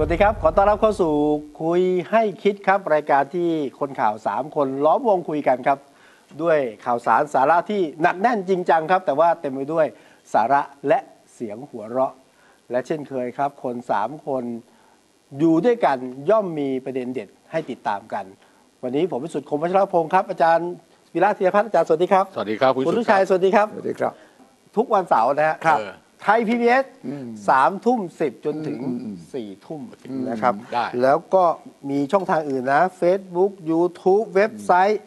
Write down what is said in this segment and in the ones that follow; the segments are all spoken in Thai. วัสดีครับ ขอต้อนรับเข้าสู่คุยให้คิดครับ รายการที่คนข่าว 3 คนล้อมวงคุยกันครับ ด้วยข่าวสารสาระที่หนักแน่นจริงจังครับ แต่ว่าเต็มไปด้วยสาระและเสียงหัวเราะ และเช่นเคยครับ คน 3 คนอยู่ด้วยกันย่อมมีประเด็นเด็ดให้ติดตามกัน วันนี้ผมพิสุทธิ์คมวัชรพงศ์ครับอาจารย์วิราเทียพัฒน์อาจารย์สวัสดีครับ สวัสดีครับคุณ คุณ สุ ลุชัยสวัสดีครับ สวัสดีครับ ทุกวันเสาร์นะฮะ ครับ เออ ไทยพีบีเอสสามทุ่มสิบจนถึงสี่ทุ่มนะครับ ได้ แล้วก็มีช่องทางอื่นนะ Facebook YouTube เว็บไซต์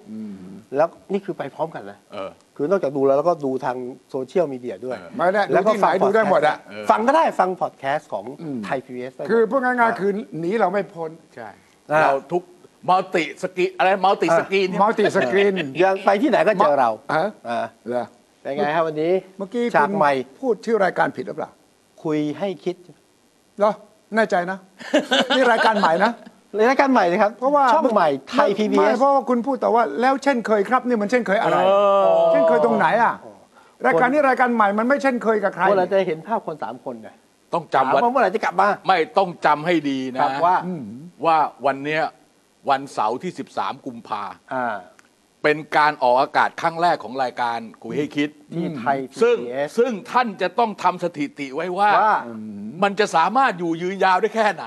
แล้วนี่คือไปพร้อมกันนะ เออ คือนอกจากดูแล้วเราก็ดูทางโซเชียลมีเดียด้วย เออ ไม่ได้ดู แล้วก็ ที่ไหน ฟัง ดูได้หมดอะ พอแคสต์ฟังก็ได้ฟังพอดแคสต์ของไทยพีบีเอสได้ คือพูดง่ายๆคือหนีเราไม่พ้น ใช่ นะ เราทุกมัลติสกีอะไรมัลติสกี มัลติสกรีน ยังไปที่ไหนก็เจอเรา ฮะ อ่า เหรอ เป็นไงครับวันนี้ เมื่อกี้ ฉาก คุณ ใหม่ พูดชื่อรายการผิดหรือเปล่า คุยให้คิด เหรอแน่ใจ นะ นี่รายการใหม่นะ รายการใหม่นะครับ เพราะว่า ช่องใหม่ไทยพีบีเอ ไม่ ส เพราะว่าคุณพูดแต่ว่าแล้วเช่นเคยครับนี่มันเช่นเคยอะไร เช่นเคยตรงไหนอ่ะ รายการนี้รายการใหม่มันไม่เช่นเคยกับใคร เมื่อไหราจะเห็นภาพคนสามคนไง ต้อง ถาม จำวัน ว่าเมื่อไหร่จะกลับมา ไม่ต้องจำให้ดี ค นะ รับว่า ว่าวันเนี้ยวันเสาร์ที่ 13 กุมภา อ่า เป็นการออกอากาศครั้งแรกของรายการคุยให้คิด ที่ไทย ซึ่ง PBS ซึ่งท่านจะต้องทำสถิติไว้ว่า ว่า มันจะสามารถอยู่ยืนยาวได้แค่ไหน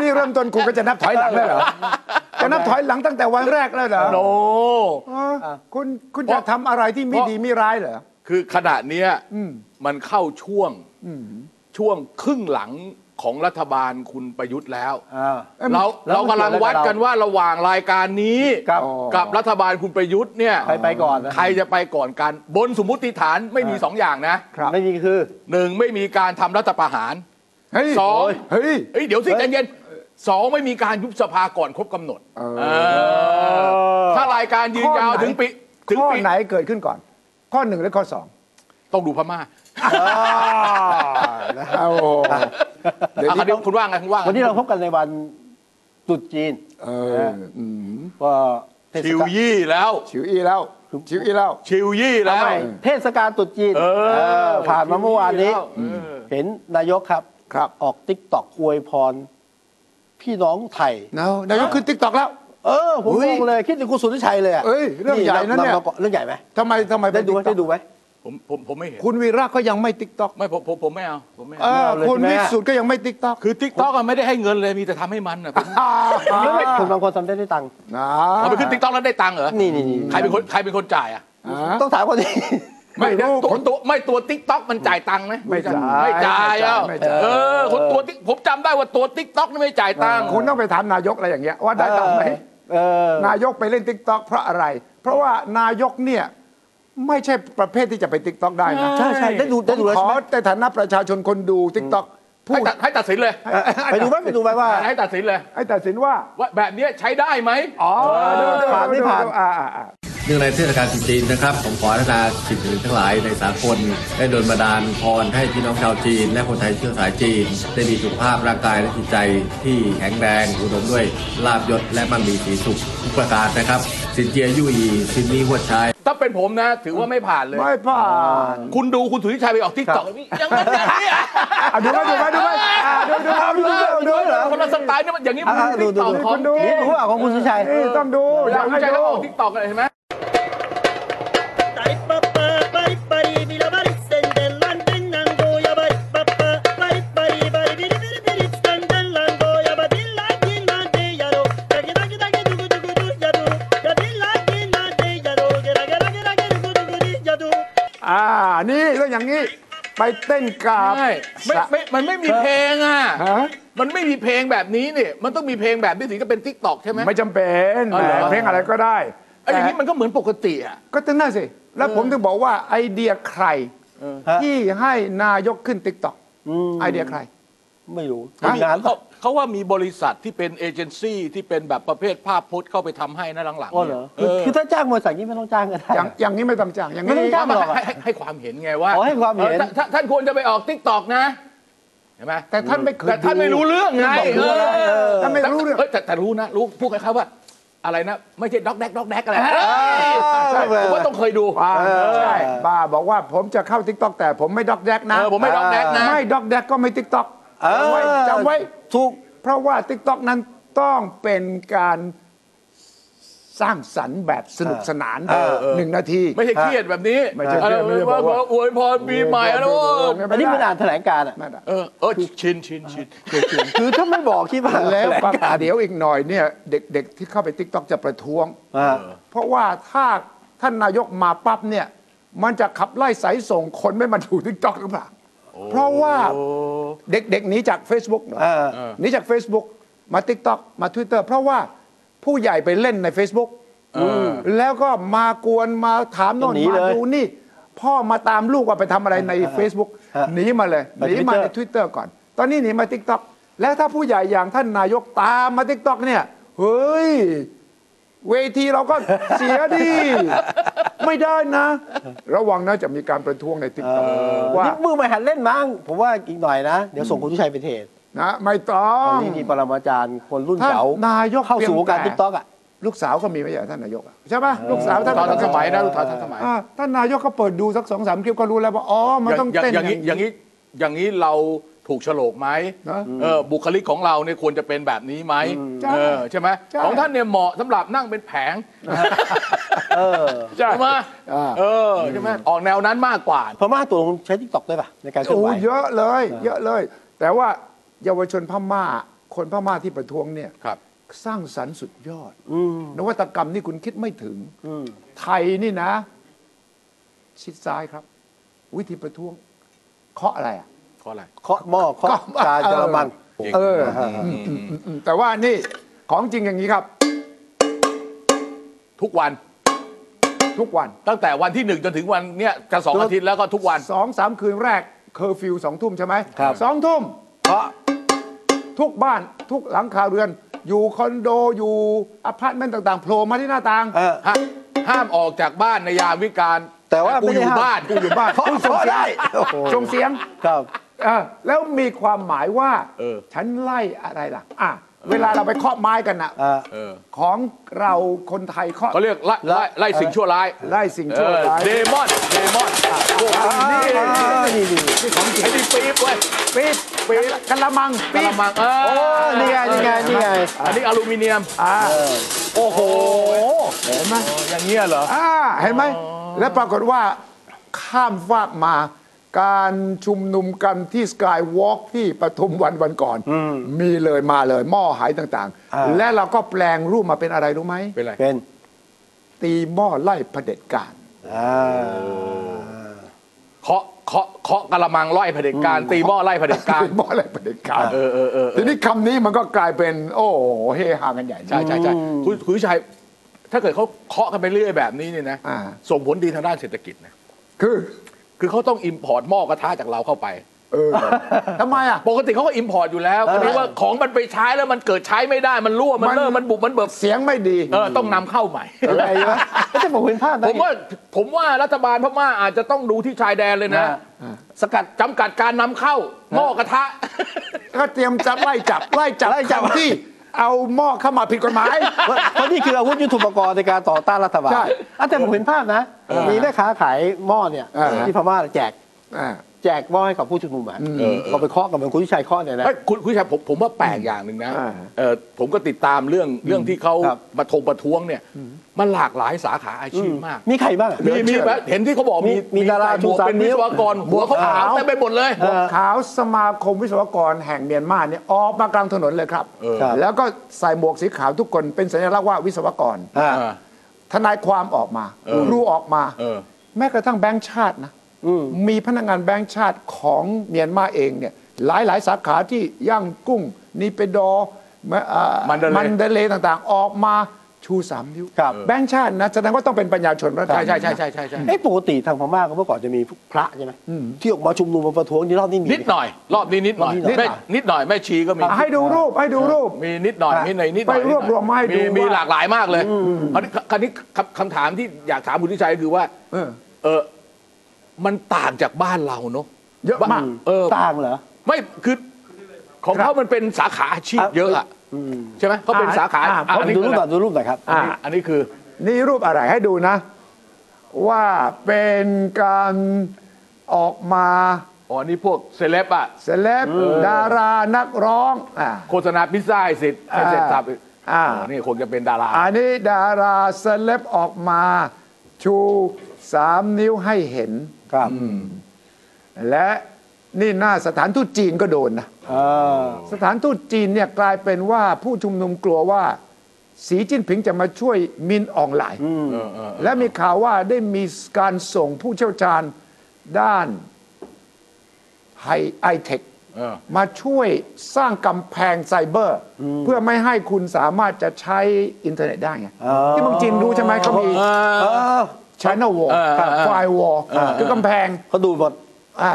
นี่เริ่มต้นกูก็จะนับถอยหลังแล้วเหร อ จะนับถอยหลังตั้งแต่วันแรกแล้วเหรอ โน อ่ะคุณคุณจะทำอะไรที่ไม่ดีไม่ร้ายเหรอ คือขณะเนี้ยมันเข้าช่วงช่วงครึ่งหลังของรัฐบาลคุณประยุทธ์แล้ว อ่า เอ้ยมัน เรา แล้ว เรา มัน กำลังวัด เกี่ยวอะไรกับเรากั กันว่าระหว่างรายการนี้ ครับ กับรัฐบาลคุณประยุทธ์เนี่ย ใครไปก่อนนะ ใครจะไปก่อนกัน บนสมมติฐานไม่มีสองอย่างนะครับ ไม่มีคือ หนึ่งไม่มีการทำรัฐประหาร เฮ้ย สอง เฮ้ย เอ้ยเดี๋ยวสิ เฮ้ย ใจเย็นสองไม่มีการยุบสภาก่อนครบกำหนด เออ เออถ้ารายการยืนยาวถึงปีถึง ข้อ ปี ไหนเกิดขึ้นก่อน ข้อหนึ่งหรือข้อสอง ต้องดูพม่า โอ้โหเดี๋ยว อ่ะคราว นี้ นี้คุณว่าไงคุณว่าไง วันนี้เราพบกันในวันตรุษจีน เอออืม ก็เทศ ชิว กาล ยี่แล้ว ชิวอีแล้วชิวอีแล้ว ชิวยี่แล้ว ทำไมเทศกาลตรุษจีน เออ เออผ่านมาเมื่อวานนี้ เออ เห็นนายกครับ ครับ ออกติ๊กตอกอวยพร พี่น้องไทย เอานายกขึ้นติ๊กตอกแล้ว เออผม เฮ้ ง ย งเลยคิดถึงคุณสุทธิชัยเลยะ เอ้ยเรื่องใหญ่นะเนี่ย ำมาก่อเรื่องใหญ่ไหม ทำไมทำไม ได้ดูไหม ป ได้ดู TikTok ไหม ผมผมผมไม่เห็น คุณวีระก็ยังไม่ติ๊กตอก ไม่ผมผมผมไม่เอาผมไม่ เอ เอา อ เอาเลย คุณ ใช่ไหม วิสุทธ์ก็ยังไม่ติ๊กตอก คือทิกตอกไม่ได้ให้เงินเลยมีแต่ทำให้มันอ่ะผม ไม่ไม่คนบางคนทำได้ด้วยตังค์ นะ เอาไปขึ้นติ๊กต็อกแล้วได้ตังค์เหรอ นี่นี่นี่ ใครเป็นคนใครเป็นคนจ่ายอ่ะ อ่า ต้องถามคนนี้ ไม่ ไม่รู้ ตัวตัวไม่ตัวติ๊กต็อกมันจ่ายตังค์ไหม ไม่จ่าย ไม่จ่ายอ่ะ ไม่จ่าย เออคนตัวติ๊กผมจำได้ว่าตัวติ๊กต็อกนี่ไม่จ่ายตังค์ คุณต้องไปถามนายกอะไรอย่างเงี้ยว่าได้ตังค์ไหม เออ นายกไปเล่นติ๊กต็อกเพราะอะไร เพราะว่านายกเนี่ยไม่ใช่ประเภทที่จะไปติ๊กต็อกได้นะ ใช่ใช่ได้ดูได้ดูแล้ว ข ใช่ อ ไหม ในฐานะประชาชนคนดูติ๊กต็อกพู ให้ ด ตัดให้ตัดสินเลย ไปดูไหมไปดูไหมว่า ให้ตัดสินเลย ให้ตัดสินว่า ว่าแบบเนี้ยใช้ได้ไหม อ๋อดูดู ผ่านไม่ ดู ผ่าน ดูอ่อ่อ่า เนื่องในเทศกาลตรุษจีนนะครับ ผมขออาราธนาสิ่งอื่นทั้งหลายในสากลได้โดนบันดาลพรให้พี่น้องชาวจีน และคนไทยเชื้อสายจีน ได้มีสุขภาพร่างกายและจิตใจที่แข็งแรงอุดมด้วยลาบยศและมั่งมีสีสุขทุกประการนะครับ สินเจียยู่อีสินนี้หัวชาย ถ้าเป็นผมนะ ถือว่าไม่ผ่านเลย ไม่ผ่าน คุณดูคุณสุทธิชัยไปออกติ๊กต็อกยังไม่ได้เนี่ย อ่ะดูไหมดูไหมดูไหมอ่ะดูดูดูดูดูดูเหรอ คนละสไตล์เนี่ยมันอย่างนี้มัน อ่ะ ติ๊ก ดู ต็อก ดู ของ ดู นี่รู้เปล่าของคุณสุชัย นี่ต้องดู คุ อยาก ณ ให้ ชัย ดู ก็ออกติ๊กต็อกเลยเห็นไหม Dai papà, pari pari, mi la pari stendelando in nango, ya pari papà, pari pari, pari piri piri piri stendelando, ya pari la gina de yaro, ya gina gina gina dugu dugu du yaro, ya pari la gina de yaro, ya gina gina gina gina dugu dugu du yaro. อ่านี่เรื่องอย่างนี้ไปเต้นกราบ ใช่ไม่ไม่มันไม่มีเพลงอ่ะ ฮะ มันไม่มีเพลงแบบนี้เนี่ย มันต้องมีเพลงแบบนี้ถึงจะเป็นทิกตอกใช่ไหม ไม่จำเป็น อ๋อเหรอ แหมเพลงอะไรก็ได้ ไอ้อย่างนี้มันก็เหมือนปกติอ่ะ ก็ถึงน่าสิ แล้วผมถึงบอกว่าไอเดียใคร ฮะ ที่ให้นายกขึ้นติ๊กต็อกไอเดียใคร ไม่รู้ ฮะ มีงาน เขาเขาว่ามีบริษัทที่เป็นเอเจนซี่ที่เป็นแบบประเภทภาพพจน์เข้าไปทำให้นะหลังๆ อ๋อ นี่เหรยอ เอ คือ อ คือถ้าจ้างบริษัทนี้ไม่ต้องจ้างก็ได้ อย่างอย่างนี้ไม่ต้องจ้างอย่างนี้ ไม่ต้องจ้าง ให้ให้ให้ให้ความเห็นไงว่า อ๋อให้ความเห็น ออถ้าถ้าท่านควรจะไปออกทิกตอกนะเห็นไหม แต่ท่านไม่เคย แต่ท่านไม่รู้เรื่องไง บอก เอ รู้อะไร อ ท่านไม่รู้เรื่อง เอ้ยแต่แต่รู้นะ รู้พูดคล้ายๆว่า อะไรนะ ไม่ใช่ด็อกแดกด็อกแดกอะไร ใช่ ผมว่าต้องเคยดู ป้าใช่ป้าบอกว่าผมจะเข้าติ๊กต็อกแต่ผมไม่ด็อกแดกนะ เออผมไม่ด็อกแดกนะ ไม่ด็อกแดกก็ไม่ติ๊กต็อก เออ จำไว้จำไว้ ถูก เพราะว่า t ิ k t o k นั้นต้องเป็นการสร้างสรรค์แบบสนุกสนาน เออเออ หนึ่งนาที ไม่ใช่เครียดแบบนี้ ไม่ใช่เครียดไม่ใช่ ว่า บอกว่า อวยพรปีใหม่แล้วโอ้ อันนี้มันอ่านแถลงการณ์อ่ะ ไม่ได้ เออเออชินชินชิน คือถ้าไม่บอกคิดว่า แล้ว ถง ปะ การณ์ เดี๋ยวอีกหน่อยเนี่ย เด็กๆที่เข้าไป t ิ k t o k จะประท้วง อ่า เพราะว่าถ้าท่านนายกมาปั๊บเนี่ย มันจะขับไล่สายส่งคนไม่มาดูทิกตอกหรือเปล่า เพราะว่าเด็กๆหนีจาก Facebook เหรอ เออ หนีจาก Facebook มา t ิ k t o k มา Twitter เพราะว่าผู้ใหญ่ไปเล่นใน Facebook แล้วก็มากวนมาถามโน่น หนี มา เลย ดูนี่ พ่อมาตามลูกว่าไปทำอะไรใน Facebook ฮะ หนีมาเลย มา หนีมา Twitter ใน Twitter ก่อน ตอนนี้หนีมา t ิ k t o k แล้วถ้าผู้ใหญ่อย่างท่านนายกตามมา t ิ k t o k เนี่ยเฮ้ย เวทีเราก็เสียดี ไม่ได้นะ ระวังนะจะมีการประท้วงในติ๊กต็อกว่า นี่มือใหม่หัดเล่นมั้งผมว่าอีกหน่อยนะ เดี๋ยวส่งคุณทุชัยไปเทศ นะไม่ต้อ ตองนนี้มีปรมาจารย์คนรุ่นเก่า ท่านนายก เข้าสู่วงการ เพี ติ๊ ยงกแต่ต็อกอ่ะ ลูกสาวก็มีไม่ใช่เหรอท่านนายกอะใช่ปะลูกสาวท่าน ตอนทันสมัยนะตอนทันสมัย อ่าท่านนายกก็เปิดดูสักสองสามคลิปก็รู้แล้วว่าอ๋อมันต้อง อย่าง เต้น อย่างนี้อย่าง นี้ นี้อย่างนี้เราถูกโฉลกไหม นะ เออบุคลิกของเราเนี่ยควรจะเป็นแบบนี้ไหม ใช่ เออใช่ไหม ใช่ ของท่านเนี่ยเหมาะสำหรับนั่งเป็นแผง เออ ใช่ไหม อ่า เออใช่ไหมออกแนวนั้นมากกว่า พม่าตัวคุณใช้ติ๊กต็อกด้วยป่ะ ในการเคลื่อน โอ้ ไหว เยอะเลย เยอะเลย แต่ว่าเยาวชนพม่า คนพม่าที่ประท้วงเนี่ย ครับ สร้างสรรค์สุดยอดนวัตกรรมนี่คุณคิดไม่ถึง อืม ไทยนี่นะ ชิดซ้ายครับ วิธีประท้วง เคาะอะไรอ่ะ เพราะอะไร เคาะหม้อเคาะกาเยอรมัน เอออืมอืมอืมอืมแต่ว่านี่ของจริงอย่างนี้ครับ ทุกวัน ทุกวัน ตั้งแต่วันที่หนึ่งจนถึงวันเนี่ยจะสองอาทิตย์แล้วก็ทุกวัน สองสามคืนแรก เคอร์ฟิวสองทุ่มใช่ไหม ครับ สองทุ่ม เคาะ ทุกบ้านทุกหลังคาเรือน อยู่คอนโดอยู่อพาร์ตเมนต์ต่างๆโผล่มาที่หน้าต่าง เออ ห้าห้ามออกจากบ้านในยามวิกาล แต่ว่า กู ไม่ อ ได้ ยู่ ห้าม บ้าน กูอยู่บ้าน เคาะเคาะได้โอ้โห ส่งเสียง ครับ เออแล้วมีความหมายว่า เออ ฉันไล่อะไรล่ะอ่ะเวลาเราไปเคาะไม้กันนะ เออ เออ ของเราคนไทยเคาะ เขาเรียกไล่ไล่ไล่สิ่งชั่วร้าย ไล่สิ่งชั่วร้าย เดมอนเดมอนพวกนี้ อ่านี่นี่นี่ ไอ้นี่ปี๊บเว้ย ปี๊บปี๊บกะละมัง ก ปี๊ ระ บ มังเอ โอ้ อ นี่ไงนี่ไงนี่ไง อันนี้อลูมิเนียม อ่า โอ้โห เห็นไหม อย่างเงี้ยเหรอ อ่าเห็นไหมแล้วปรากฏว่าข้ามฟากมา การชุมนุมกันที่สกายวอล์กที่ปทุมวันวันก่อน มีเลยมาเลยหม้อหายต่าง อ่า ๆ และเราก็แปลงรูปมาเป็นอะไรรู้ไหม เป็นไร เป็น ตีหม้อไล่เผด็จการ อ่า เคาะเคาะเคาะกระมังไล่เผด็จการตีหม้อไล่เผด็จการ เป็นหมออะไรประเด็นการ เออเออเออเออ ทีนี้คำนี้มันก็กลายเป็น โอ้โหเฮฮากันใหญ่ ใช่ใช่ใช่คุณคุณวิชัยถ้าเกิดเขาเคาะกันไปเรื่อยแบบนี้เนี่ยนะ อ่า ส่งผลดีทางด้านเศรษฐกิจนะ คือ คือเขาต้องอิมพอร์ตหม้อกระทะจากเราเข้าไป เออทำไมอ่ะ ปกติเขาก็อิมพอร์ตอยู่แล้ว เออ คนนี้ว่าของมันไปใช้แล้วมันเกิดใช้ไม่ได้มันรั่วมัน มัน เลิ่มมันบุบมันเบิบ เสียงไม่ดี เออต้องนำเข้าใหม่ อะไรวะไม่ใช่ผมเห็นภาพนะ ผมว่าผมว่ารัฐบาลพม่าอาจจะต้องดูที่ชายแดนเลยนนะะสกัด จำกัดการนำเข้าหม้อกระทะ ก็เตรียมจะไล่จับ ไล่จับ ไล่จับ คนที่ เอาหม้อเข้ามาผิดกฎหมาย ว่าเพราะนี่คืออาวุธยุทโธปกรณ์ในการต่อต้านรัฐบาล ใช่ อ่ะแต่ผมเห็นภาพนะ มีแม่ค้าขายหม้อเนี่ย อ่าฮะ ที่พม่าแจก อ่า แจกหม้อให้กับผู้ชุมนุมอ่ะ เออ ก็ไปเคาะกับเหมือนคุณวิชัยเคาะเนี่ยนะ เอ้ยคุณคุณชายผมผมว่าแปลกอย่างหนึ่งนะ อ่า เออผมก็ติดตามเรื่องเรื่องที่เขา ครับ มาทงประท้วงเนี่ย มันหลากหลายสาขาอาชีพมาก มีใครบ้างอ่ะ มีมีไหมเห็นที่เขาบอกมี มีมีดารา ใส่หมวก ชูสาม เป็น นิ้ วิ ว ศวกรหัวเขาขาวเต็มไปหมดเลย เออ ขาวสมาคมวิศวกรแห่งเมียนมาเนี่ยออกมากลางถนนเลยครับ เออ ครับ แล้วก็ใส่หมวกสีขาวทุกคนเป็นสัญลักษณ์ว่าวิศวกร อ่า อ่า ทนายความออกมา เออ ครูออกมา เออ แม้กระทั่งแบงก์ชาตินะ อืม มีพนักงานแบงก์ชาติของเมียนมาเองเนี่ยหลายหลายๆสาขาที่ย่างกุ้งนิเปดอร์มะอ่า มันเดเล มันเดเลต่างๆ ออกมาชูสามนิ้ว ครับ แบงก์ชาตินะแสดงว่าต้องเป็นปัญญาชนระดับ ใช่ใช่ หนึ่งนะ ใช่ใช่ใช่ใช่ เอ้ปกติทางพม่าก็เมื่อก่อนจะมีพระใช่ไหมที่ออกมาชุมนุมมาประท้วงที่รอบนี้มี นิดหน่อย รอบนี้นิดหน่อย รอบนี้หน่อย ไม่นิดหน่อยแม่ชีก็มี อ่ะให้ดูรูปให้ดูรูป มีนิดหน่อย มีในนิดหน่อย ไปรวบรวมมาให้ดูว่ามี มีหลากหลายมากเลยคราวนี้คราวนี้คำคำถามที่อยากถามคุณทิชัยก็คือว่า เออ เออมันต่างจากบ้านเราเนอะ เยอะมาก เออ ต่างเหรอ ไม่คือของเขามันเป็นสาขาอาชีพเยอะอะใช่ไหมเขาเป็นสาขา อ่ะ อะอันนี้ ดู คื รู อ ปหน่อย อะไร ดูรูปหน่อยครับ อ่ะ อันนี้คือ นี่รูปอะไรให้ดูนะ ว่าเป็นการออกมา อ๋อนี่พวกเซเลบอะ เซเลบดารานักร้องอ่า โฆษณาพิซซ่าให้เสร็จให้เสร็จสับอีก อ่า โอ้นี่คงจะเป็นดารา อันนี้ดาราเซเลบออกมา ชูสามนิ้วให้เห็น ครับ และนี่หน้าสถานทูตจีนก็โดนนะ เออ สถานทูตจีนเนี่ยกลายเป็นว่าผู้ชุมนุมกลัวว่า สีจิ้นผิงจะมาช่วยมินอองไหลายและมีข่าวว่าได้มีการส่งผู้เชี่ยวชาญด้านไฮไอเทค เออ มาช่วยสร้างกำแพงไซเบอร์ เพื่อไม่ให้คุณสามารถจะใช้อินเทอร์เน็ตได้ไงที่เมืองจีนรู้ใช่ไหมเขามี เออ China Wall เออ f i r e Wall คือกำแพง เขาดูหมด อ่ะ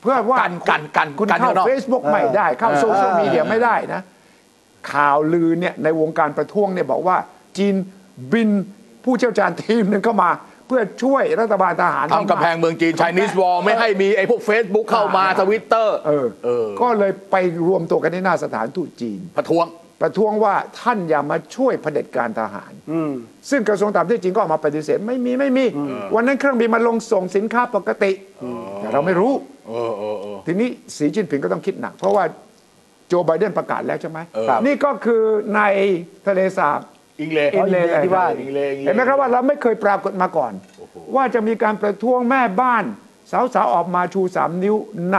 เพื่อว่า กันกันกัน คุณ กัน เข้า ข้างนอก Facebook ไม่ได้ เข้าโซเชียลมีเดียไม่ได้นะ ข่าวลือเนี่ยในวงการประท้วงเนี่ยบอกว่า จีนบินผู้เชี่ยวชาญทีมหนึ่งเข้ามา เพื่อช่วยรัฐบาลทหาร ทำกำแพงเมืองจีนไชนีสวอลไม่ให้มีไอ้พวก Facebook เข้ามาทวิตเตอร์ เออ เออ ก็เลยไปรวมตัวกันที่หน้าสถานทูตจีน ประท้วง ประท้วงว่าท่านอย่ามาช่วยเผด็จการทหาร ซึ่งกระทรวงต่างประเทศจีนก็ออกมาปฏิเสธไม่มีไม่มี วันนั้นเครื่องบินมาลงส่งสินค้าปกติ แต่เราไม่รู้ เออเออเออ ทีนี้สีจิ้นผิงก็ต้องคิดหนัก เพราะว่าโจไบเดนประกาศแล้วใช่ไหม เออครับ นี่ก็คือในทะเลสาบ อิงเล อิงเลเลย ที่ว่าอิงเลอิงเล เห็นไหมครับว่าเราไม่เคยปรากฏมาก่อน ว่าจะมีการประท้วงแม่บ้าน สาวๆออกมาชูสามนิ้วใน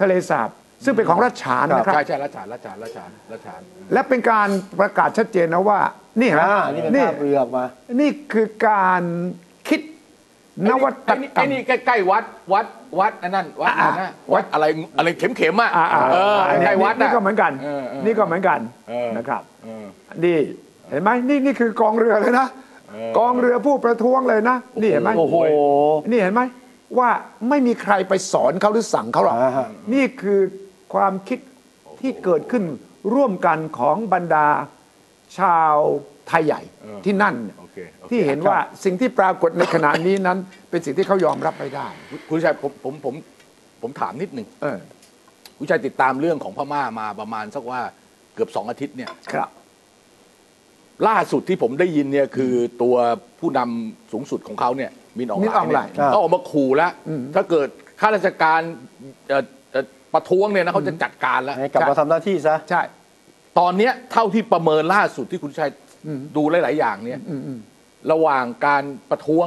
ทะเลสาบ ซึ่งเป็นของรัฐฉานนะครั ใช่ บ ใช่รัชฐานรัชฐานรัชฐานรัชฐาน และเป็นการประกาศชัดเจนนะว่า นี่ อ่า ฮะ นี่เป็นภาพเรือออกมา นี่คือการคิดนวัตกร ไอ้ รม นี่ไอ้นี่ใกล้ๆวัดวัดวัดอันนั้นวัด อ่ะ นะ วั วั ด ดอะไรอะไรเข็มๆอ่ะ อ่าอ่า เออ อันนี้ ใกล้ๆวัด นี่ น่ะ ก็เหมือนกัน เออเออ นี่ก็เหมือนกัน เออ นะครับ เออ นี่เห็นไหมนี่นี่คือกองเรือเลยนะกองเรือผู้ประท้วงเลยนะ นี่เห็นไหม โอ้โห นี่เห็นไหมว่าไม่มีใครไปสอนเขาหรือสั่งเขาหรอก อ่าฮะ นี่คือความคิดที่เกิดขึ้นร่วมกันของบรรดาชาวไทยใหญ่ที่นั่นเนี่ย โอเคโอเค ที่เห็นว่าสิ่งที่ปรากฏในขณะนี้นั้น เป็นสิ่งที่เขายอมรับไม่ได้ คุณชัยผมผมผมผมถามนิดหนึ่ง เออ คุณชัยติดตามเรื่องของพม่ามาประมาณสักว่าเกือบสองอาทิตย์เนี่ย ครับ ล่าสุดที่ผมได้ยินเนี่ยคือตัวผู้นำสูงสุดของเขาเนี่ยมินออง มินออง ไล ไลน์ น์ ครับ เขาออกมาขู่แล้ว ถ้าเกิดข้าราชการเอ่อเอ่อประท้วงเนี่ยนะเขาจะจัดการแล้ว ให้กลับมาทำหน้าที่ซะ ใช่ ตอนเนี้ยเท่าที่ประเมินล่าสุดที่คุณชัยดูหลาย ๆ อย่างเนี่ยระหว่างการประท้วง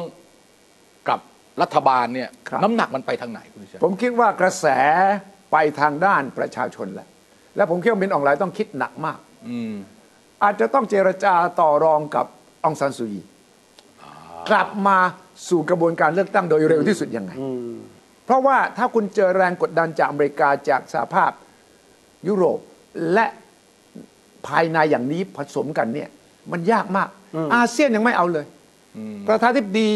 กับรัฐบาลเนี่ย ครับ น้ำหนักมันไปทางไหนคุณชัย ผมคิดว่ากระแสไปทางด้านประชาชนแหละ และผมคิดว่ามินอองไลน์ต้องคิดหนักมาก อืม อาจจะต้องเจรจาต่อรองกับองซันซูยีกลับมาสู่กระบวนการเลือกตั้งโดยเร็วที่สุดยังไง เพราะว่าถ้าคุณเจอแรงกดดันจากอเมริกาจากสหภาพยุโรปและภายในอย่างนี้ผสมกันเนี่ย มันยากมาก อาเซียนยังไม่เอาเลย ประธานาธิบดี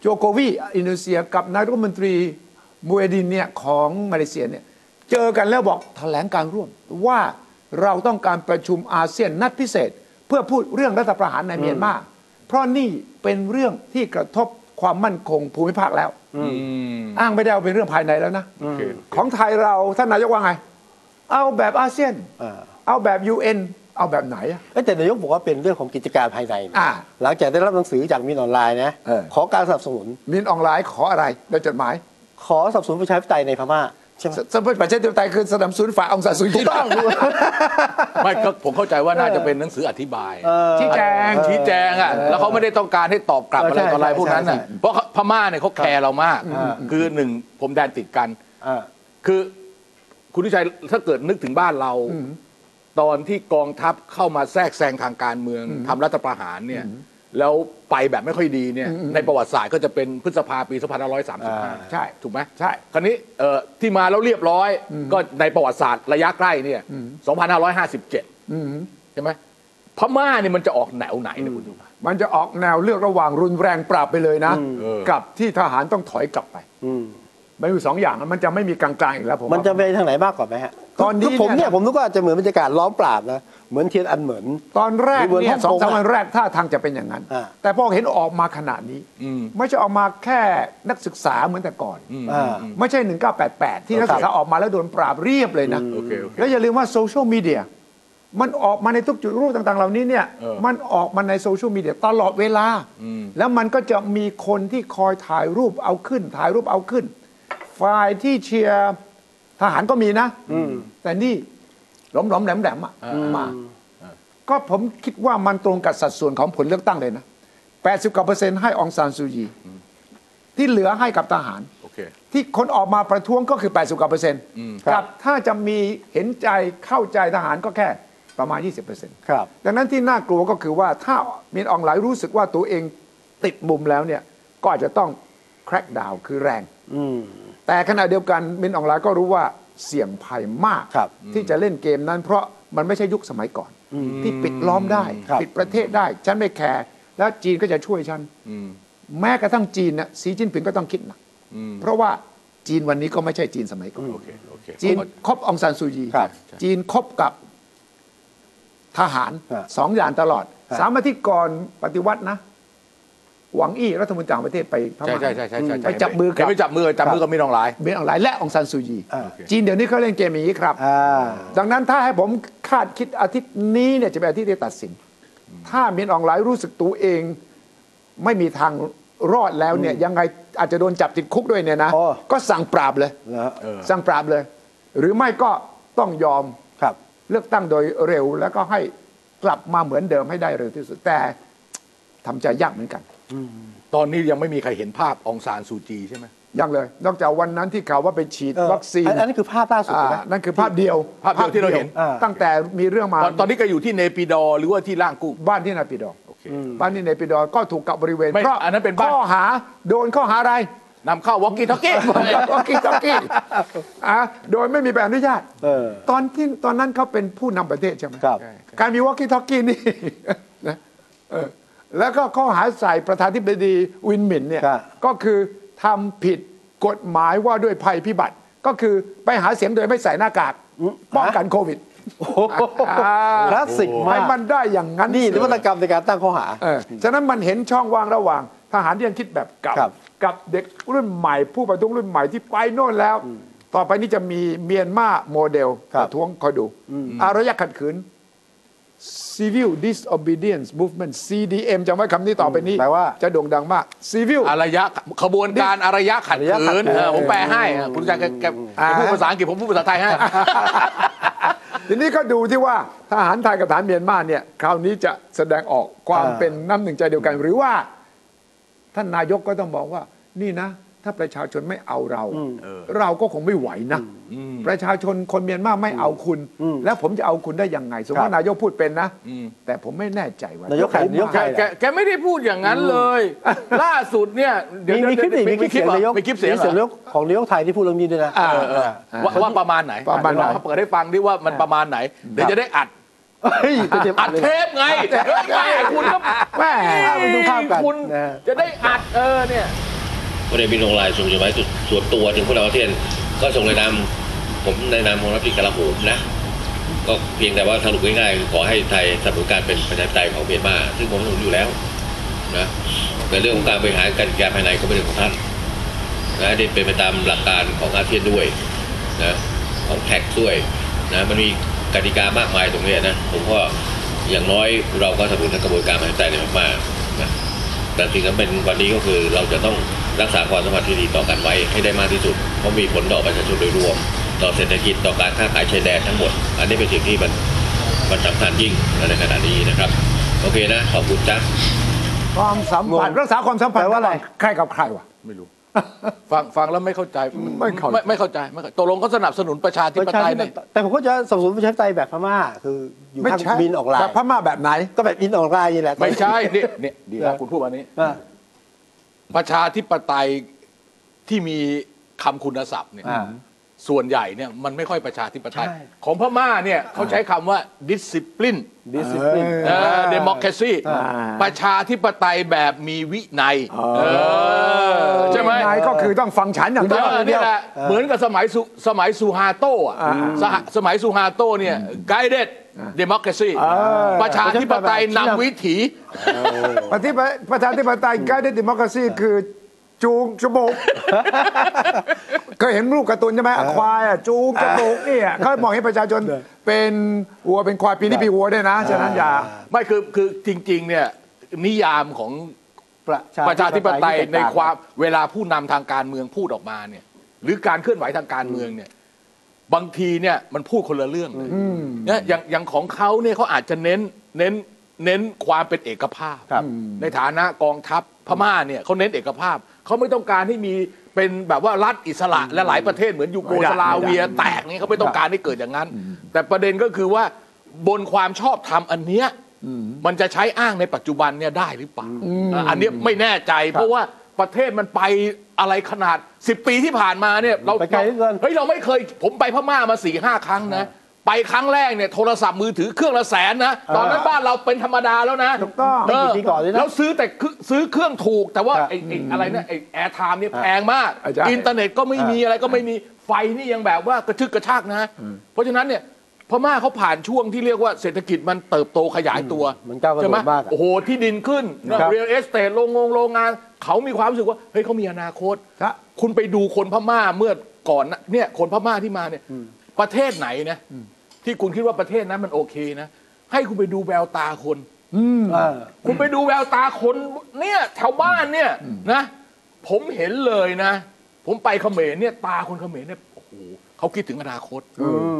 โจโกวีอินโดนีเซียกับนายรัฐมนตรีมูเอดินเนี่ยของมาเลเซียเนี่ยเจอกันแล้วบอกแถลงการร่วม ว่าเราต้องการประชุมอาเซียนนัดพิเศษ เพื่อพูดเรื่องรัฐประหารในเมียนมาเพราะนี่เป็นเรื่องที่กระทบความมั่นคงภูมิภาคแล้ว อ้างไม่ได้ว่าเป็นเรื่องภายในแล้วนะ ของไทยเราท่านนายกว่าไง เอาแบบอาเซียน อ่า เอาแบบ UN เอาแบบไหนอะ เอ้ยแต่นายกบอกว่าเป็นเรื่องของกิจการภายในนะ อ่า หลังจากได้รับหนังสือจากมินออนไลน์นะ เออ ขอการสนับสนุน มินออนไลน์ขออะไรในจดหมาย ขอสนับสนุนประชาธิปไตยในพม่าใช่ไหม สสมมติประชาธิปไตยคือสนับสนุนฝ่ายองศาสุยต้อง ไม่ก็ผมเข้าใจว่าน่าจะเป็นหนังสืออธิบาย ชี้แจง ชี้แจงอ่ะแล้วเขาไม่ได้ต้องการให้ตอบกลับอะไรต่ออะไรพวกนั้นอ่ะ ใช่ใช่ เพราะพม่าเนี่ยเขาแคร์เรามาก คือหนึ่งผมแดนติดกัน อ่า คือคุณทิชัยถ้าเกิดนึกถึงบ้านเรา ตอนที่กองทัพเข้ามาแทรกแซงทางการเมืองทำรัฐประหารเนี่ย แล้วไปแบบไม่ค่อยดีเนี่ย ในประวัติศาสตร์ก็จะเป็นพฤษภาปี อ่า 2535 ใช่ ถูกไหม ใช่ คราวนี้เอ่อที่มาแล้วเรียบร้อย ก็ในประวัติศาสตร์ระยะใกล้เนี่ย2557ใช่ไหมพม่าเนี่ยมันจะออกแนวไหนเนยคุณทิชัย มันจะออกแนวเลือกระหว่างรุนแรงปราบไปเลยนะ เออ กับที่ทหารต้องถอยกลับไป อืม มันอยู่สองอย่างนะมันจะไม่มีกลางๆอีกแล้วผมว่า มันจะไปทางไหนมากกว่าไหมฮะ ตอนนี้ คืผม เนี่ เนี่ย ยผมนึกว่าจะเหมือนบรรยากาศล้อมปราบนะ เหมือนเทียนอันเหมือน ตอนแรก มีเวิร์น เนี่ ฮ่ ย องกง สองสาม อะ วันแรกท่าทางจะเป็นอย่างนั้น อ่า แต่พอเห็นออกมาขนาดนี้ ไม่ใช่ออกมาแค่นักศึกษาเหมือนแต่ก่อน อ่า ไม่ใช่ 1988 ที่นัก ครับ ศึกษาออกมาแล้วโดนปราบเรียบเลยนะ โอเคโอเค แล้วอย่าลืมว่าโซเชียลมีเดียมันออกมาในทุกจุดรูปต่างๆ เหล่านี้เนี่ย เออ มันออกมาในโซเชียลมีเดียตลอดเวลา แล้วมันก็จะมีคนที่คอยถ่ายรูปเอาขึ้น ถ่ายรูปเอาขึ้น ฝ่ายที่เชียร์ทหารก็มีนะ แต่นี่หลอมๆแหลมๆอ่ะมา ก็ผมคิดว่ามันตรงกับสัดส่วนของผลเลือกตั้งเลยนะ 80กว่าเปอร์เซ็นต์ให้องซานซูยี ที่เหลือให้กับทหาร โอเค ที่คนออกมาประท้วงก็คือ 80กว่าเปอร์เซ็นต์ ครับ กับถ้าจะมีเห็นใจเข้าใจทหารก็แค่ประมาณ 20เปอร์เซ็นต์ ครับ ดังนั้นที่น่ากลัวก็คือว่าถ้ามินอองหลายรู้สึกว่าตัวเองติดมุมแล้วเนี่ยก็อาจจะต้อง crack down คือแรง อืม แต่ขณะเดียวกันมินอองหลายก็รู้ว่าเสี่ยงภัยมาก ครับ ที่จะเล่นเกมนั้น เพราะมันไม่ใช่ยุคสมัยก่อน ที่ปิดล้อมได้ ครับ ปิดประเทศได้ ฉันไม่แคร์แล้วจีนก็จะช่วยฉัน อืม แม้กระทั่งจีนน่ะสีจิ้นผิงก็ต้องคิดหนัก อืม เพราะว่าจีนวันนี้ก็ไม่ใช่จีนสมัยก่อน โอเคโอเค จีนคบองซานซูยี ครับ จีนคบกับทหาร ฮะ สองอย่างตลอด ฮะ สามอาทิตย์ก่อนปฏิวัตินะ หวังอี้รัฐมนตรีต่างประเทศไปพ ใช่ ม่า ใช่ใช่ใช่ใช่ ไปจับมือกับ เห็นไปจับมือจับมือกับมินอองหลาย เบนออนไลน์และองซานซูยี อ่า จีนเดี๋ยวนี้เขาเล่นเกมอย่างนี้ครับ อ่า ดังนั้นถ้าให้ผมคาดคิดอาทิตย์นี้เนี่ยจะเป็นอาทิตย์ที่ตัดสิน ถ้าเมียนอองไลายรู้สึกตัวเอง ไม่มีทางรอดแล้วเนี่ยยังไงอาจจะโดนจับติดคุกด้วยเนี่ยนะ โอ้ ก็สั่งปราบเลย เหรอ เออ สั่งปราบเลย หรือไม่ก็ต้องยอม ครับ เลือกตั้งโดยเร็วแล้วก็ให้กลับมาเหมือนเดิมให้ได้เร็วที่สุด แต่ทำใจยากเหมือนกัน ตอนนี้ยังไม่มีใครเห็นภาพอองซานซูจีใช่ไหม ยังเลย นอกจากวันนั้นที่ข่าวว่าไปฉีด เออ วัคซีน อันอันนั้นคือภาพล่าสุดใช่ไหม อ่านั่นคือภาพเดียว ภาพเดียวที่เราเห็น อ่า ตั้งแต่มีเรื่องมา ตอนตอนนี้ก็อยู่ที่เนปิดอร์หรือว่าที่ล่างกุ้ง บ้านที่นาปิดอร์ โอเค บ้านที่ในปิดอร์ก็ถูกกับบริเวณ ไม่ เพราะ อันนั้นเป็นบ้าน ข้อหาโดนข้อหาอะไร นำเข้าวอกกี้ทอกกี้ ตอกกี้ตอกกี้อ่ะโดยไม่มีใบอนุญาต เออ ตอนที่ตอนนั้นเขาเป็นผู้นำประเทศใช่ไหม ครับ การมีวอกกี้ทอกกี้นี่ นะเออแล้วก็ข้อหาใส่ประธานธิบดีวินหมินเนี่ย ครับ ก็คือทำผิดกฎหมายว่าด้วยภัยพิบัติ ก็คือไปหาเสียงโดยไม่ใส่หน้ากากป้องกันโควิด โอ้โห อ่า คลาสสิกมา ให้ ก มันได้อย่างนั้น นี่นวัตกรรมในการตั้งข้อหา เออฉะนั้นมันเห็นช่องว่างระหว่างทหารที่ยังคิดแบบเก่า ครับ กับเด็กรุ่นใหม่ ผู้ประท้วงรุ่นใหม่ที่ไปโน่นแล้ว ต่อไปนี้จะมีเมียนมาโมเดลประท้วงคอยดู อารยะขัดขืน Civil Disobedience Movement CDM จำไว้คำนี้ต่อไปนี้ แปลว่า จะโด่งดังมาก Civil อารยะขบวนการอารยะขัด อารยะขั ขื ดขื น น เออผมแปลให้อ่ะคุณอาจารย์แกแกแกพูดภาษาอังกฤษผมพูดภาษาไทยให้ ทีนี้ก็ดูที่ว่าทหารไทยกับทหารเมียนมาเนี่ยคราวนี้จะแสดงออกความ อ่า เป็นน้ำหนึ่งใจเดียวกัน หรือว่า ท่านนายกก็ต้องบอกว่า นี่นะ ถ้าประชาชนไม่เอาเรา เราก็คงไม่ไหวนะประชาชนคนเมียนมาไม่เอาคุณ แล้วผมจะเอาคุณได้ยังไง สมมติว่านายกพูดเป็นนะแต่ผมไม่แน่ใจว่าน ายกใครนายกใคร แกแกไม่ได้พูดอย่างนั้นเลย ล่าสุดเนี่ยเดี๋ยว มีมีคลิปอีก เดี๋ มี ยว คลิปเสียงายกเหรอนมีคลิปเสียง มี เหรอ นายกของนายกไทยที่พูดเรื่องนี้ด้วยนะ เออเออว่าว่าประมาณไหน ประมาณไหน เดี๋ยวลองเปิดให้ฟังดิว่ามันประมาณไหน เดี๋ยวจะได้อัด เฮ้ยจะเจ็บ อัด เลย เทปไงเฮ้ยไม่คุณก็ แม่ไปดูภาพกัน คุณ นะฮะ จะได้อัดเออเนี่ย พลเอกบินลงลายทรงจะไว้ส่วนตัวถึงพวกเราประเทศก็ส่งในนามผมในนามของรัฐบาลกลาโหมนะ ก็เพียงแต่ว่าสรุปง่ายๆคือขอให้ไทยสนับสนุนการเป็นประชาธิปไตยของเมียนมาซึ่งผมสนับสนุนอยู่แล้วนะแต่เรื่องของการบริหารการจัดการภายในก็เป็นเรื่องของท่านนะได้เป็นไปตามหลักการของอาเซียนด้วยนะของแท็กด้วยนะมันมีกติกามากมายตรงเนี้ยนะผมก็อย่างน้อยเราก็สนับสนุนทั้งกระบวนการประชาธิปไตยในเมียนมานะ แต่สิ่งที่เป็นวันนี้ก็คือเราจะต้องรักษาความสัมพันธ์ที่ดีต่อกันไว้ให้ได้มากที่สุด เพราะมีผลต่อประชาชนโดยรวม ต่อเศรษฐกิจต่อการค้าขายชายแดนทั้งหมด อันนี้เป็นสิ่งที่มันมันสำคัญยิ่งในขณะนี้นะครับ โอเคนะ ขอบคุณจ้า ความสัมพันธ์ งง รักษาความสัมพันธ์ แปลว่าอะไร ใครกับใครวะ ไม่รู้ ฟังฟังแล้วไม่เข้าใจ ไม่เข้าใจ ไม่เข้าใจไม่เข้าใจตกลงเขาสนับสนุนประชาธิ ประ ป ชา ไตย ธิป ใน ไตยแต่ผมก็จะสนับสนุนประชาธิปไตยแบบพม่าคืออยู่ข้างบินออกลาย แบบพม่าแบบไหน ก็แบบบินออกลายนี่แหละ ไม่ใช่นี่นี่ดีนะคุณพูดวันนี้ อ่า ประชาธิปไตยที่มีคำคุณศัพท์เนี่ย อ่า ส่วนใหญ่เนี่ยมันไม่ค่อยประชาธิปไตย ใช่ ของพม่าเนี่ยเขาใช้คำว่า discipline ดิสซิปลิน เออ democracy อ่า ประชาธิปไตยแบบมีวินัยเออใช่ไหม นายก็คือต้องฟังฉันอย่างเดี เดี ย ยว วนี่แหละเหมือนกับสมัยสุสมัยซูฮาโต้อะสหสมัยซูฮาโต้เนี่ย guided democracy ประชาธิปไตยนำวิถี ประธิปประชาธิปไตยการดิดิมคราซีคือจูงจมูกเคยเห็นรูปการ์ตูนใช่ไหมอ่ะควายอ่ะจูงจมูกเนี่ยเขามองให้ประชาชนเป็นวัวเป็นควายปีนี้ปีวัวด้วยนะ ฉะนั้นอย่า ไม่คือคือจริง ๆ เนี่ย นิยามของประชาธิปไตยในความเวลาผู้นำทางการเมืองพูดออกมาเนี่ย หรือการเคลื่อนไหวทางการเมืองเนี่ย บางทีเนี่ยมันพูดคนละเรื่องเลยเนี่ยอย่างอย่างของเขาเนี่ยเขาอาจจะเน้นเน้นเน้นความเป็นเอกภาพ ครับ ในฐานะกองทัพพม่าเนี่ยเขาเน้นเอกภาพ เขาไม่ต้องการให้มีเป็นแบบว่ารัฐอิสระและหลายประเทศเหมือนยูโกสลาเวียแตกเนี่ยเขาไม่ต้องการให้เกิดอย่างนั้น แต่ประเด็นก็คือว่าบนความชอบธรรมอันเนี้ยมันจะใช้อ้างในปัจจุบันเนี่ยได้หรือเปล่าอ่ะอันเนี้ยไม่แน่ใจ เพราะว่าประเทศมันไปอะไรขนาด 10 ปีที่ผ่านมาเนี่ยเรา ไปไกลเหลือเกิน เฮ้ยเราไม่เคยผมไปพม่ามาสี่ห้าครั้งนะไปครั้งแรกเนี่ยโทรศัพท์มือถือเครื่องละแสนนะตอนนั้นบ้านเราเป็นธรรมดาแล้วนะ ถูกต้อง ไม่กี่ปีก่อนเลยนะ แล้วซื้อแต่คือซื้อเครื่องถูกแต่ว่า ครับ ไอ้ไอ้อะไรนะไอ้แอร์ไทม์เนี่ย อ่ะ แพงมาก อ่ะใช่ อินเทอร์เน็ตก็ไม่มี อ่ะ อะไรก็ไม่มีไฟนี่ยังแบบว่ากระชึกกระชากนะ เพราะฉะนั้นเนี่ยพม่าเขาผ่านช่วงที่เรียกว่าเศรษฐกิจมันเติบโตขยายตัว อืมมันก้าวกระโดด ใช่ไห มากอะ โอ้โห ที่ดินขึ้น ครับ เรียลเอสเตทโรงงงโรงงาน เขามีความรู้สึกว่า เฮ้ยเขามีอนาคต ครับ คุณไปดูคนพม่าเมื่อก่อนนะเนี่ยคนพม่าที่มาเนี่ยประเทศไหนนะที่คุณคิดว่าประเทศนั้นมันโอเคนะ ให้คุณไปดูแววตาคน อ่า คุณไปดูแววตาคนเนี่ยแถวบ้านเนี่ยนะ ผมเห็นเลยนะ ผมไปเขมรเนี่ยตาคนเขมรเนี่ยโอ้โหเขาคิดถึงอนาคต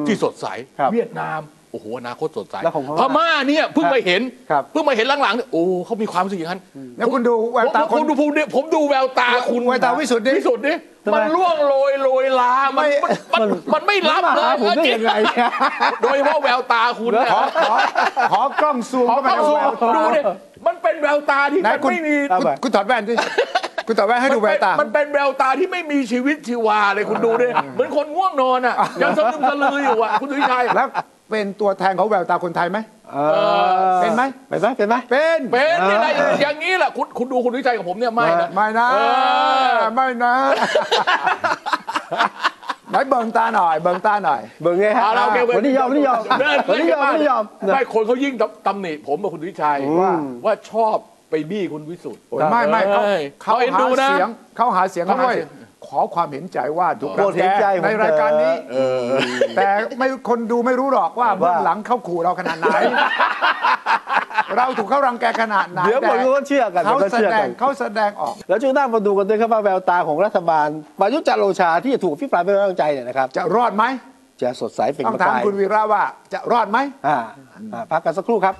ที่สดใส ครับ เวียดนามโอ้โหอนาคตสดใส แล้วของพม่า พม่าเนี่ยเพิ่งมาเห็น ครับ เพิ่งมาเห็นหลังๆเนี่ยโอ้เขามีความรู้สึกอย่างนั้น แล้วคุณดูแววตา ผม ค ผม น ดูผมดูผมดูแววตาคุณ แววตาวิสุทธิ์ดิ วิสุทธิ์ดิ ทำไม มันล่วงโรยโรยลามันมันมันมันไม่รับ มา เล หาย ผมได้ยังไงเนี่ย โดยเฉพาะแววตาคุณนะ ขอขอขอกล้องซูมเข้ามา เอา ดู ซู แว ม วตา ดูดิมันเป็นแววตาที่ ไหน มัน คุณ ไม่มี เอาไป คุณถอดแว่นดิคุณถอดแว่นให้ดูแววตา นเป็นแววตาที่ไม่มีชีวิตชีวาเลยคุณดูดิเหมือนคนง่วงนอนอ่ะยังสะดึมสะลืออยู่อ่ะคุณสุวิชัย แล้วเป็นตัวแทนของแววตาคนไทยไหม เป็นไหม เป็นไหมเป็นไหม เป็น เป็นนี่แหละอย่างนี้แหละคุณคุณดูคุณสุวิชัยกับผมเนี่ยไม่นะ ไม่นะ เออ ไม่นะ ไหนเบิ่งตาหน่อย เบิ่งตาหน่อย เบิ่งไงฮะ เอาละโอเคเว้ย วันนี้ยอมวันนี้ยอม เดิน วันนี้ยอม ป วันนี้ยอมนะ ไม่คนเขายิ่งตำหนิผมกับคุณสุวิชัย อืม ว่าว่าชอบไปบี้คุณวิสุทธิ์ ไม่ไม่เขา เอ้ย เขา เขาเอ็นดู หา นะ เสียงเขาหาเสียง เขาหา ด้วย เสียง ขอความเห็นใจว่าถูก โปรดเห็นใจผม ในรายการนี้ เถอะ แต่ไม่คนดูไม่รู้หรอกว่าเบื้องหลังเขาขู่เราขนาดไห น เราถูกเขารังแกขนาดไหน เดี๋ยวคนก็เชื่อกัน แต่เขา ดี๋ยวก็ แส ชื่อ ด กั ง น เขาแสดงออก แล้วจึงน่ามาดูกันด้วยครับว่าแววตาของรัฐบาลประยุทธ์จันทร์โอชาที่จะถูกพิปรายไม่ไว้วางใจเนี่ยนะครับ จะรอดไหม จะสดใสเป็น ต้อง ประ ถาม กาย คุณวีระว่าจะรอดไหม อ่าอ่าพักกันสักครู่ครับ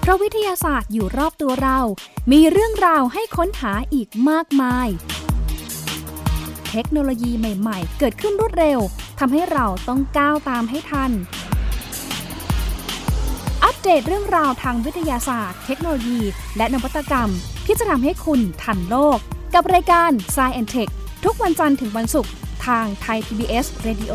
เพราะวิทยาศาสตร์อยู่รอบตัวเรา มีเรื่องราวให้ค้นหาอีกมากมาย เทคโนโลยีใหม่ๆ เกิดขึ้นรวดเร็ว ทำให้เราต้องก้าวตามให้ทัน อัปเดตเรื่องราวทางวิทยาศาสตร์ เทคโนโลยี และนวัตกรรม ที่จะทำให้คุณทันโลก กับรายการ s c i e n t e c h ทุกวันจันทร์ถึงวันศุกร์ทางไทย PBS Radio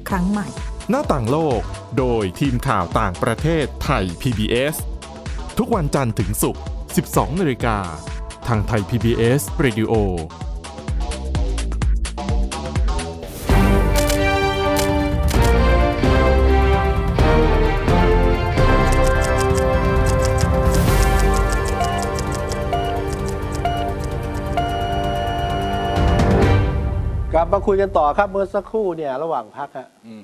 ครั้งใหม่ หน้าต่างโลก โดยทีมข่าวต่างประเทศไทย PBS ทุกวันจันทร์ถึงศุกร์ 12 นาฬิกา ทางไทย PBS Radio กลับมาคุยกันต่อครับเมื่อสักครู่เนี่ยระหว่างพักฮะ อืม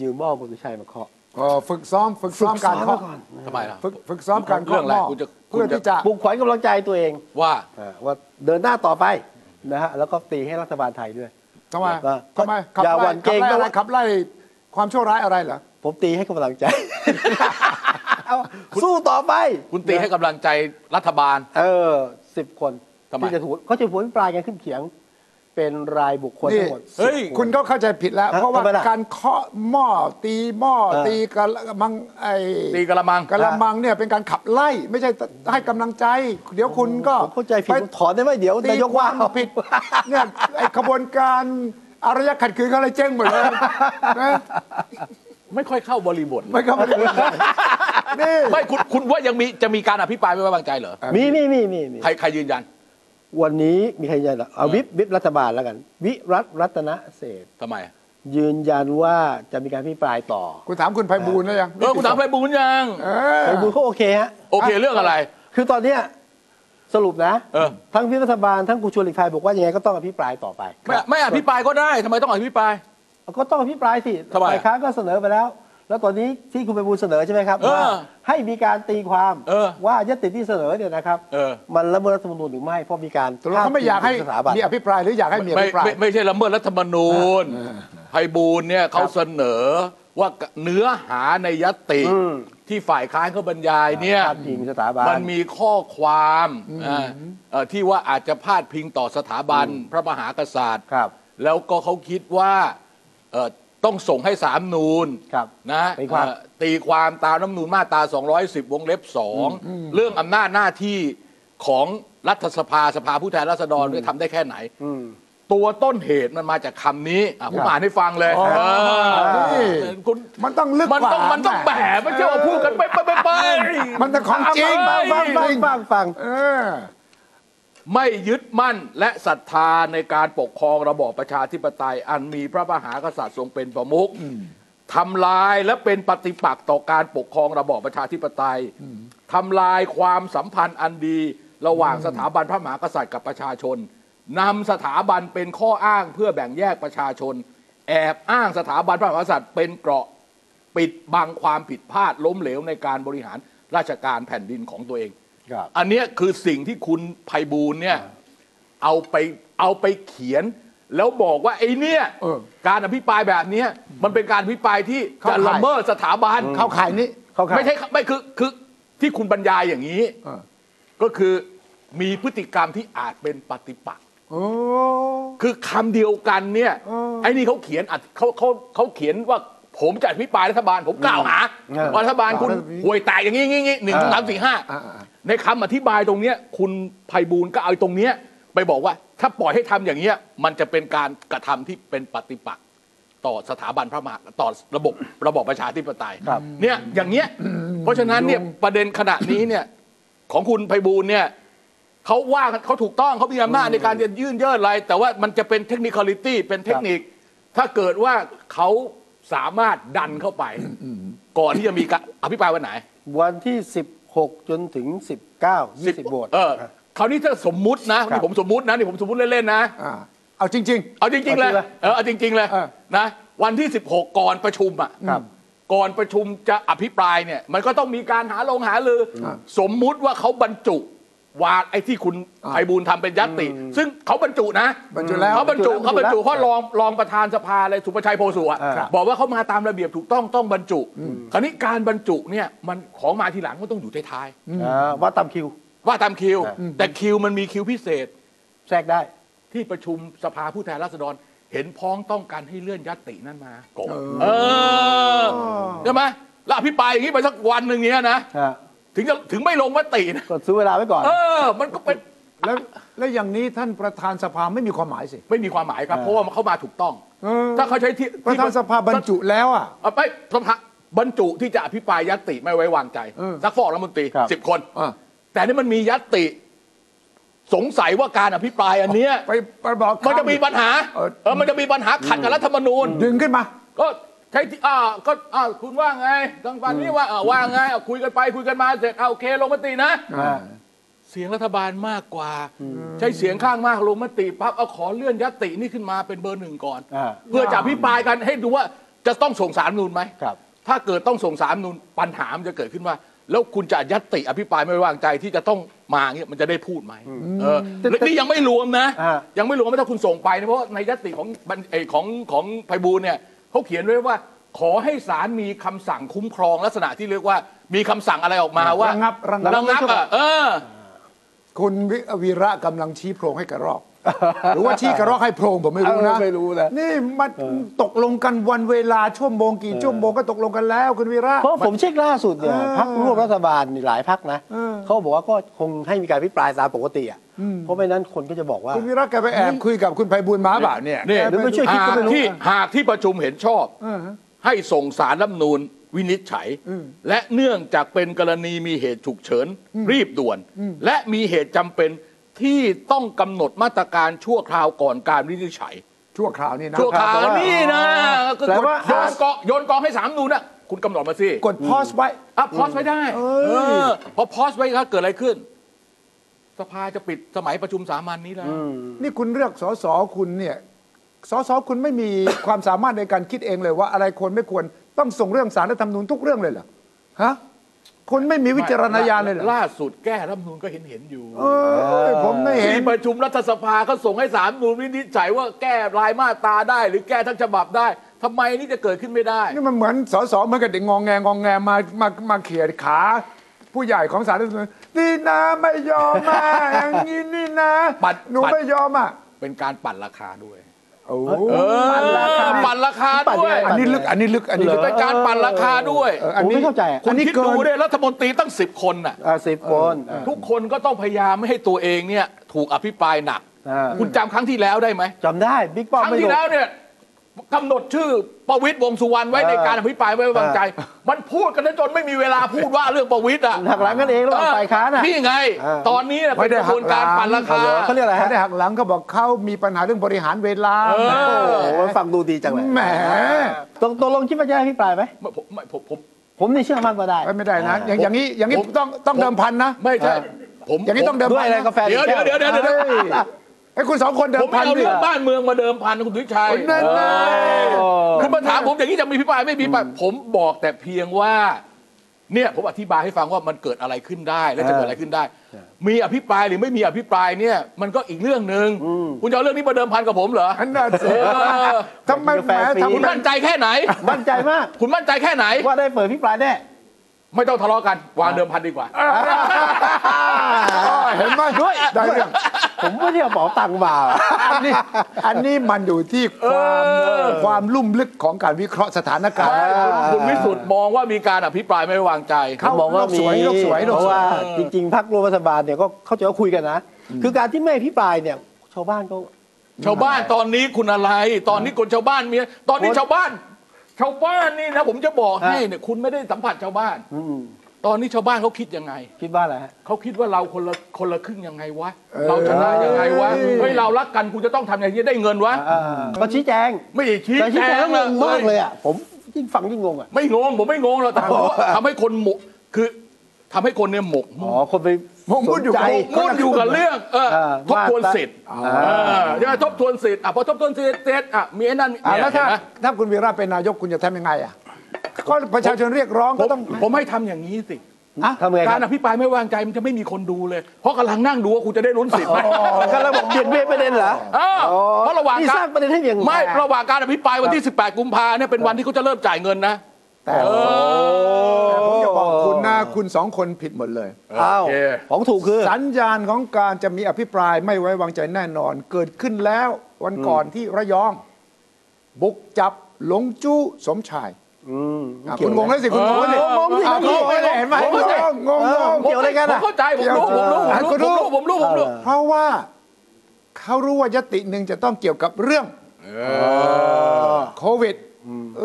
ยืมหม้อคุณสุชัยมาเคาะ เอ่อฝึกซ้อมฝึกซ้อมการเคาะ ทำไมล่ะ ฝึกฝึกซ้อมการ เรื่ เคาะ องอะ ห ไร ม้อ คุณจะคุเพื่อณจะ ที่จะ ปลุกขวัญกำลังใจตัวเอง ว่า อ่าว่าเดินหน้าต่อไปนะฮะแล้วก็ตีให้รัฐบาลไทยด้วย ทำไม ก็ ทำไมขับ อย่าหวั่ ไล่ นเกรงขับนะไล่อะไรขับไล่ความชั่วร้ายอะไรเหรอ ผมตีให้กำลังใจ เอาสู้ต่อไป คุณตีให้กำลังใจรัฐบาล เออสิบคน ทำไม ที่จะถูกเขาจะผลปลายกันขึ้นเขียง ไป เป็นรายบุคคล นี่ ทั้งหมด เฮ้ย สิบน คุณก็เข้าใจผิดแล้ว ฮะ เพราะว่า ทำไมล่ะ การเคาะหม้อตีหม้อ เออ ตีกระมังไอ ตีกระมัง กระมังเนี่ยเป็นการขับไล่ไม่ใช่ให้กำลังใจ เดี๋ยวคุณก็ เข้าใจผิดผมถอนได้ไหมเดี๋ยว ตี นายก ค ว่า วามผิดเนี่ยไอขบวนการอารยะขัดขืนเขาเลยเจ๊งหมดเลย นะ ไม่ค่อยเข้าบริบท ไม่ก็ไม่ได้นี่ ไม่คุณคุณว่ายังมีจะมีการอภิปรายไม่ไว้วางใจเหรอ มีมีมีมีมี ใครใครยืนยัน วันนี้มีใครยืนยันเหรอเอาวิปวิปรัฐบาลแล้วกัน วิรัตรัตนเศรษฐ์ ทำไม ยืนยันว่าจะมีการพิปรายต่อ คุณถามคุณไพบูลย์แล้วยัง เออคุณถามไปบุญยัง เออ ไปดูเขาโอเคฮะ โอเคเรื่องอะไร คือตอนเนี้ยสรุปนะ เออ ทั้งวิปรัฐบาลทั้งคุณชวนหลีกภัยบอกว่ายังไงก็ต้องอภิปรายต่อไป ไม่ไม่อภิปรายก็ได้ทำไมต้องอภิปราย ก็ต้องอภิปรายสิ ทำไม ฝ่ายค้านก็เสนอไปแล้ว แล้วตอนนี้ที่คุณไปบูลย์เสนอใช่ไหมครับ เออ ว่าให้มีการตีความ เออ ว่ายติที่เสนอเนี่ยนะครับ เออ มันละเมิดรัฐธรรมนูญหรือไม่เพราะมีการ ตกลงเขาไม่อยากให้ พดพิงถึงสถาบัน มีอภิปรายหรืออยากให้มีอ ไม่ ภิปราย ไม่ไม่ใช่ละเมิดรัฐธรรมนูญไพบูลย์เนี่ยเขาเสนอว่าเนื้อหาในยติ อืม ที่ฝ่ายค้านเขาบรรยายเนี่ย พาดพิงสถาบัน มันมีข้อความอ่าเอ่อที่ว่าอาจจะพาดพิงต่อสถาบันพระมหากษัตริย์ ครับ แล้วก็เขาคิดว่าเอ่อต้องส่งให้สามนูน ครับ นะ ตีความ เอ่อตีความตามน้ำนูนมาตรา 210 วงเล็บ 2 เรื่องอำนาจหน้าที่ของรัฐสภาสภาผู้แทนราษฎรเนี่ยทำได้แค่ไหน ตัวต้นเหตุมันมาจากคำนี้อ่ะผมอ่านให้ฟังเลย อ๋อ เออ นี่ คุณ มันต้องลึก มัน กว่า ต้องมันต้องแบ ะ บไม่ใช่ว่าพูดกันไปไปไปไป มันเป็นของจริง ฟังฟังฟังฟังฟัง เออ ไม่ยึดมั่นและศรัทธาในการปกครองระบอบประชาธิปไตย อันมีพระมหากษัตริย์ทรงเป็นประมุขทำลายและเป็นปฏิปักษ์ต่อการปกครองระบอบประชาธิปไตยทำลายความสัมพันธ์อันดีระหว่างสถาบันพระมหากษัตริย์กับประชาชนนำสถาบันเป็นข้ออ้างเพื่อแบ่งแยกประชาชน แอบอ้างสถาบันพระมหากษัตริย์เป็นเกราะปิดบังความผิดพลาดล้มเหลวในการบริหารราชการแผ่นดินของตัวเอง ครับ อันเนี้ยคือสิ่งที่คุณภัยบูลย์เนี่ยเอาไปเอาไปเขียน แล้วบอกว่าไอ้เนี่ย เออ การอภิปรายแบบเนี้ยมันเป็นการอภิปรายที่ เข้า จะ ข่าย ละเมิดสถาบัน เข้าข่ายนี้ เข้าข่าย ไม่ใช่ไม่คือคือที่คุณบรรยายอย่างนี้ เออ ก็คือมีพฤติกรรมที่อาจเป็นปฏิปักษ์ โอ้ คือคำเดียวกันเนี่ย เออ ไอ้นี่เขาเขียนอ่ะเขาเขาเขาเขียนว่าผมจะอภิปรายรัฐบาล ผมกล่าวหา เออ ว่ารัฐบาลคุณห่วยแตกอย่างนี้อย่างนี้อย่างนี้หนึ่งสองสามสี่ห้า อ่าอ่าอ่า ในคำอธิบายตรงเนี้ยคุณภัยบูลย์ก็เอาตรงเนี้ยไปบอกว่าถ้าปล่อยให้ทำอย่างเนี้ยมันจะเป็นการกระทำที่เป็นปฏิปักษ์ต่อสถาบันพระมหาต่อระบบระบอบประชาธิปไตย ครับ เนี่ยอย่างเนี้ยเพราะฉะนั้นเนี่ยประเด็นขณะนี้เนี่ยของคุณภัยบูลย์เนี่ยเขาว่ากันเขาถูกต้องเขามีอำนาจในการจะยื่นเยื่ออะไร แต่ว่ามันจะเป็นเทคนิคอลิตี้เป็นเทคนิค ถ้าเกิดว่าเขาสามารถดันเข้าไป ก่อนที่จะมีการอภิปรายวันไหน วันที่ 16 จนถึง 19 สิบ 20โหวต เออคราวนี้ถ้าสมมุตินะนี่ผมสมมุตินะนี่ผมสมมุติเล่นๆนะ อ่าเอาจริง เอาจริงๆเลเอาจยริงเลย เออเอาจริงๆเลย เออ นะวันที่ 16 ก่อนประชุมอ่ะ ครับ ก่อนประชุมจะอภิปรายเนี่ยมันก็ต้องมีการหาลงหาลืออสมมุติว่าเขาบรรจุวาดไอ้ที่คุณไพบูลย์ทำเป็นยัตติ ซึ่งเขาบรรจุนะ ๆบรรจุแล้ว เขาบรรจุเขาบรรจุเพราะรองรองประธานสภาเลยสุประชัยโพสุอ่ะ อ่าครับ บอกว่าเขามาตามระเบียบถูกต้องต้องบรรจุ คราวนี้การบรรจุเนี่ยมันของมาทีหลังก็ต้องอยู่ท้าย อ่าว่าตามคิว ๆว่าตามคิว อ่า แต่คิวมันมีคิวพิเศษ แทรกได้ ที่ประชุมสภาผู้แทนราษฎรเห็นพ้องต้องการให้เลื่อนยัตตินั้นมาก่อนเออใช่ไหมแล้วอภิปรายอย่างนี้ไปสักวันหนึ่งเนี้ยนะ ฮะ ถึงจะถึงไม่ลงมตินะ ก็ซื้อเวลาไว้ก่อน เออ มันก็เป็น แล้วแล้วอย่างนี้ท่านประธานสภาไม่มีความหมายสิ ไม่มีความหมายครับ เพราะว่ามันเข้ามาถูกต้อง เออ ถ้าเขาใช้ที่ ประธานสภาบรรจุแล้วอ่ะ เอาไปสภาบรรจุที่จะอภิปรายยัตติไม่ไว้วางใจ เออ สักฟอกรัฐมนตรี ครับ สิบคน อ่ะ แต่นี่มันมียัตติ สงสัยว่าการอภิปรายอันเนี้ย ไปไปบอก มันจะมี ข้า ปัญหา เออ เออมันจะมีปัญหาขัดกับรัฐธรรมนูญ ดึงขึ้นมา ก็ใช้ที่อ่าก็อ่าคุณว่าไงทางฝั่งนี้ว่าอ่าว่าไงอ่าคุยกันไปคุยกันมาเสร็จเอาโอเคลงมตินะ อ่า เสียงรัฐบาลมากกว่า ใช้เสียงข้างมากลงมติปั๊บเอาขอเลื่อนยตินี่ขึ้นมาเป็นเบอร์หนึ่งก่อน อ่า เพื่อจะ พิปรายกันให้ดูว่าจะต้องส่งสารนูนไหม ครับ ถ้าเกิดต้องส่งสารนูนปัญหามันจะเกิดขึ้นว่า แล้วคุณจะยัตติอภิปรายไม่ไว้วางใจที่จะต้องมาเนี่ยมันจะได้พูดไหมเออและนี่ยังไม่รวมนะ อ่า ยังไม่รวมว่าถ้าคุณส่งไปนะเพราะว่าในยัตติของบัญเอ่อของของไพบูลย์เนี่ยเขาเขียนไว้ว่า ขอให้ศาลมีคำสั่งคุ้มครองลักษณะที่เรียกว่ามีคำสั่งอะไรออกมาว่า ระงับระงับ ระงับอ่ะเออ คุณวิวีระกำลังชี้โพรงให้กระรอก หรือว่าชี้กระรอกให้โพรงผมไม่รู้นะ เออไม่รู้นะ นี่มันตกลงกันวันเวลาชั่วโมงกี่ชั่วโมงก็ตกลงกันแล้วคุณวีระ เพราะผมเช็คล่าสุดเนี่ย เออ พักร่วมรัฐบาลนี่หลายพักนะ เออ เขาบอกว่าก็คงให้มีการพิปรายตามปกติอ่ะเพราะไม่นั้นคนก็จะบอกว่า คุณวีระแกไปแอบคุยกับคุณไพบูลย์มาบ่าเนี่ย เนี่ย แก หรือไม่ช่วยคิดก็ไม่รู้ ที่หากที่ประชุมเห็นชอบ เออฮะ ให้ส่งสารรัฐธรรมนูญวินิจฉัย อืม และเนื่องจากเป็นกรณีมีเหตุฉุกเฉิน รีบด่วน อืม และมีเหตุจำเป็นที่ต้องกำหนดมาตรการชั่วคราวก่อนการวินิจฉัย ชั่วคราวนี่นะ ชั่วคราว แต่ นี่นะก็ แต่ กด ว่า โยนกองโยนกองให้สามนูนน่ะคุณกำหนดมาสิ กดพอสไว้ อ่ะพอสไว้ได้ เอ้ย เออพอพอสไว้ครับเกิดอะไรขึ้น สภาจะปิดสมัยประชุมสามัญนี้แล้ว นี่คุณเลือกสสคุณเนี่ยสสคุณไม่มี ความสามารถในการคิดเองเลยว่าอะไรควรไม่ควรต้องส่งเรื่องสารรัฐธรรมนูญทุกเรื่องเลยเหรอฮะคุณไม่มีวิจารณญาณเลยเหรอ ล่าสุดแก้รัฐธรรมนูนก็เห็นเห็นๆอยู่ เออผมไม่เห็ ที่ น ประชุมรัฐสภาก็ส่งให้สามนูนวินิจฉัยว่าแก้รายมาตราได้ หรือแก้ทั้งฉบับได้ทำไมนี่จะเกิดขึ้นไม่ได้ นี่มันเหมือนสสเหมันกับเด็กงองแงงองแงมามามาเขียดขา ผู้ใหญ่ของสารรัฐธรรมนูญนี่นะไม่ยอมอ่ะอย่างนี้นี่นะ ปัด หนู ปัด ไม่ยอมอ่ะ เป็นการปั่นราคาด้วย โอ้ ปั่นราคา เออปั่นราคาด้วย อันนี้ลึกอันนี้ลึกอันนี้ลึก เป็นการปั่นราคาด้วย เอออันผมนี้ไม่เข้าใจอ่ะ คุ อั ณ นนี้ คิด เกิ ดู น ด้วยรัฐมนตรีตั้งสิบคนน่ะ อ่าสิบคนอ่า ทุกคนก็ต้องพยายามไม่ให้ตัวเองเนี่ย ถูกอภิปรายหนัก อ่า คุณจำครั้งที่แล้วได้ไหม จำได้บิ๊กป้อม ครั้ง ไม่ ที่ ลง แล้วเนี่ยกำหนดชื่อประวิตยวงษ์สุวรรณไว้ในการอภิปรายไม่ไว้วางใจ มันพูดกันจนไม่มีเวลาพูดว่าเรื่องประวิตยอ่ะ หักหลังกันเองระหว่างฝ่ายค้านอะ นี่ไง เออ ตอนนี้น่ะ ไม่ เป็น ได้ กระบวนการ หักหลัง ปั่นราคา เขาเรียกอะไร เขา ฮะ ได้หักหลังเขาบอกเขามีปัญหาเรื่องบริหารเวลา เออ โอ้โหฟังดูดีจังเลย แหม ตกตกลงคิดว่าจะให้พิปรายไหม ไม่ผมไม่ผมผม ผมนี่เชื่อมั่นว่าได้ ไม่ได้นะ อย่างอย่างนี้อย่างนี้ ผม ต้องต้องเดิมพันนะ ไม่ใช่ เออ ผม อย่างนี้ ผม ต้องเดิม ด้วย พัน อะไรกาแฟ เดี๋ยว ห เดี๋ยว นึ่งแก้ เดี๋ยวเดี๋ยวเดี๋ยว เฮ้ยไอ้คุณสองคนเดิ ผม ม พัน ไม่เอา ดิ เรื่องบ้านเมืองมาเดิมพันนะคุณสุทธิชัย โอ้ยนั่นไง เออคุณมาถามผมอย่างนี้จะมีพิปรายไม่มีพิปรายผมบอกแต่เพียงว่า เนี่ยผมอธิบายให้ฟังว่ามันเกิดอะไรขึ้นได้และจะเกิดอะไรขึ้นได้ มีอภิปรายหรือไม่มีอภิปรายเนี่ย มันก็อีกเรื่องหนึ่งคุณจะเอาเรื่องนี้มาเดิมพันกับผมเหรอ อันน่าเสีย เออ ทำไมแหมทำ คุณ ไม มั่นใจแค่ไหน มั่นใจมาก คุณมั่นใจแค่ไหน ว่าได้เปิดพิปรายแน่ ไม่ต้องทะเลาะกันวางเดิมพันดีกว่า อ๋อเห็นไหมด้วยได้เรื่อง ผมไม่ได้เอาเป๋าตังค์มา อันนี้อันนี้มันอยู่ที่ความความลุ่มลึกของการวิเคราะห์สถานการณ์ ไม่คุณคุณวิสุทธ์มองว่ามีการอภิปรายไม่ไว้วางใจ เขามองว่ามี โลกสวยโลเพกสวยโลกสวยราะว่าจริงๆพรรคร่วมรัฐบาลเนี่ยก็เข้าใจว่าคุยกันนะ คือการที่ไม่อภิปรายเนี่ย ชาวบ้านก็ ชาวบ้านตอนนี้คุณอะไร ตอนนี้คนชาวบ้านมีตอนนี้ คน ชาวบ้าน ชาวบ้านนี่นะผมจะบอก ฮะ ให้เนี่ยคุณไม่ได้สัมผัสชาวบ้าน อืม ตอนนี้ชาวบ้านเขาคิดยังไง คิดว่าอะไรฮะ เขาคิดว่าเราคนละคนละครึ่งยังไงวะเราชนะยังไงวะเฮ้ยเรารักกันคุณจะต้องทำอย่างนี้ได้เงินวะ อ่าก็ชี้แจง ไม่ได้ชี้ แต่ชี้ แจ แจง ง แล้วงงมากเลย ย อ่ะ ผมยิ่งฟังยิ่งงงอ่ะ ไม่งงผมไม่งงเราแต่ โอ้โห ทำให้คนหมกคือทำให้คนเนี่ยหมก อ๋อ คนไปสนใจ มุ่นอยู่กับเรื่องเออ เออ ทบทวนสิทธิ์ อ่า เออใช่ไหมทบทวนสิทธิ์อ่ะพอทบทวนสิทธิ์เสร็จอ่ะมีไอ้นั่นมี อ่ะแล้วถ้า เห็นไหม ถ้าคุณวีระเป็นนายกคุณจะทำยังไงอ่ะก็ประชาชนเรียกร้อง ผ ก็ ม ต้อง ผมให้ทำอย่างนี้สิ ทำไงการคับรอภิปรายไม่วางใจมันจะไม่มีคนดูเลย เพราะกำลังนั่งดูว่าคุณจะได้ลุ้นสิทธิ์ไหม กำลังบอกเบียดเบียนประเด็นเหรอ เออเพราะระหว่าง นี่การส้างประเด็นให้อย่าง ไม่ระหว่างการอภิปรายวันที่ 18 กุมภาเนี่ยเป็นวันที่เขาจะเริ่มจ่ายเงินนะ แต่ เออ แต่ผมจะบอกคุณนะคุณสองคนผิดหมดเลย อ้าว โอเค ของถูกคือ สัญญาณของการจะมีอภิปรายไม่ไว้วางใจแน่นอน เกิดขึ้นแล้ววันก่อนที่ระยอง บุกจับหลงจู้สมชาย อืม อ่ะคุณงงแล้วสิคุณงงแล้วสิ เอองงสิ อ่ะ งงสิ เลยเห็นไหม งงสิ งงงงง เกี่ยวอะไรกัน ผม อะ เข้าใจผมรู้ผมรู้ผมรู้ผมรู้ผมรู้ผมรู้ เพราะว่าเขารู้ว่ายติหนึ่งจะต้องเกี่ยวกับเรื่องโควิด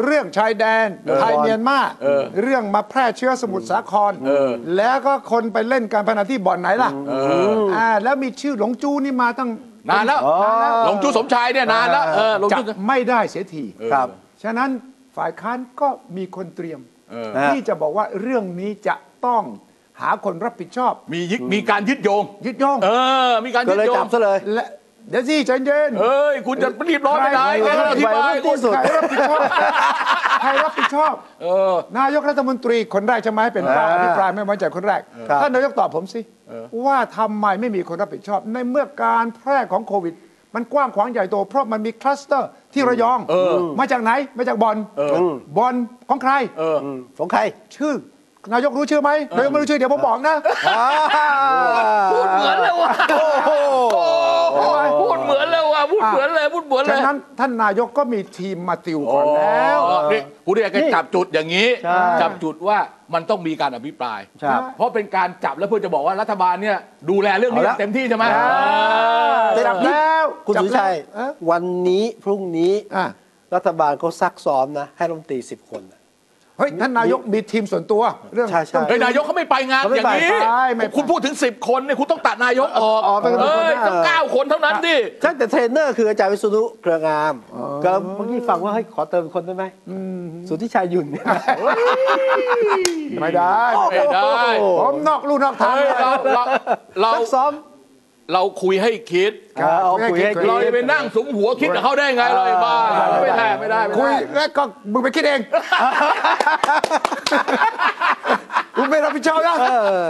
เรื่องชายแดนไทยเมียนมาเรื่องมาแพร่เชื้อสมุทรสาคร แล้วก็คนไปเล่นการพนันที่บ่อนไหนล่ะอ่าแล้วมีชื่อหลงจูนี่มาตั้ง นานแล้วหลงจูสมชายเนี่ยนานแล้วเออหลง จับ จู ไม่ได้เสียที ครับ ฉะนั้นฝ่ายค้านก็มีคนเตรียม ฮะ ที่จะบอกว่าเรื่องนี้จะต้องหาคนรับผิดชอบ มียึดมีการยึดโยง ยึดโยง เออ มีการ ก็ ยึด เลย โย จั ง บซะเลย และเดี๋ยวสิใจเย็น เอ้ยคุณจะรีบร้อนไปไหน ใคร แค่อธิบาย ที่สุด ใครรับผิดชอบ ใครรับผิดชอบ เออ นายกรัฐมนตรีคนแรกใช่ไหมเป็น อ่า เป้าอภิปรายไม่ไว้วางใจคนแรก ครับ ท่านนายกตอบผมสิ ว่าทำไมไม่มีคนรับผิดชอบ ในเมื่อการแพร่ของโควิด มันกว้างขวางใหญ่โต เพราะมันมีคลัสเตอร์ที่ระยอง เออ มาจากไหน มาจากบอล เออ บอลของใคร เออ ของใคร ชื่อ นายกรู้ชื่อไหมนายกไม่รู้ชื่อเดี๋ยวผมบอกนะ พูดเหมือนเลยว่ะ โอ้โห พูดเหมือนเลยว่ะพูดเหมือนเลยพูดเหมือนเล ฉะ ย นั้นท่านนายกก็มีทีมมาติวก่อนแล้ว อ๋อนี่กูเรียกกันจับจุดอย่างนี้ ใช่ จับจุดว่ามันต้องมีการอภิปราย ครับ เพราะเป็นการจับแล้วเพื่อจะบอกว่ารัฐบาลเนี่ยดูแลเรื่องนี้ เอาละ เต็มที่ใช่ไหม จับแล้ว คุณ จับ สุ แล้ว ชัย เอ้อ วันนี้พรุ่งนี้ อ่ะ รัฐบาลเขาซักซ้อมนะ ให้รัฐมนตรีสิบคนน่ะ เฮ้ยท่านนายกมีทีมส่วนตัว เรื่อง ใช่ใช่ เฮ้ยนายกเขาไม่ไปงาน เขาไม่ อย่างนี้ ไป คุณพูดถึง 10 คนเนี่ยคุณต้องตัดนายกออก อ๋อเป็นคน เอ้ย หน้า ต้องเก้าคนเท่านั้นดิ ใช่แต่เทรนเนอร์คืออาจารย์วิษณุเครืองามก็เมื่อกี้ฟังว่าให้ยขอเติมคนได้ไหมสุทธิชัยหยุ่นเนี่ย ไม่ได้ ไม่ได้ ผมนอกลู่นอกทาง เฮ้ยเราเราเรา ซักซ้อม เราคุยให้คิด ครับเอาคุยให้คิด เราจะไปนั่งสมหัวคิดกับเขาได้ไงเราไอ้บ้าไม่ได้ไม่ได้ไม่ คุย ได้ แล้วก็มึงไปคิดเองมึงไม่รับผิดชอบนะ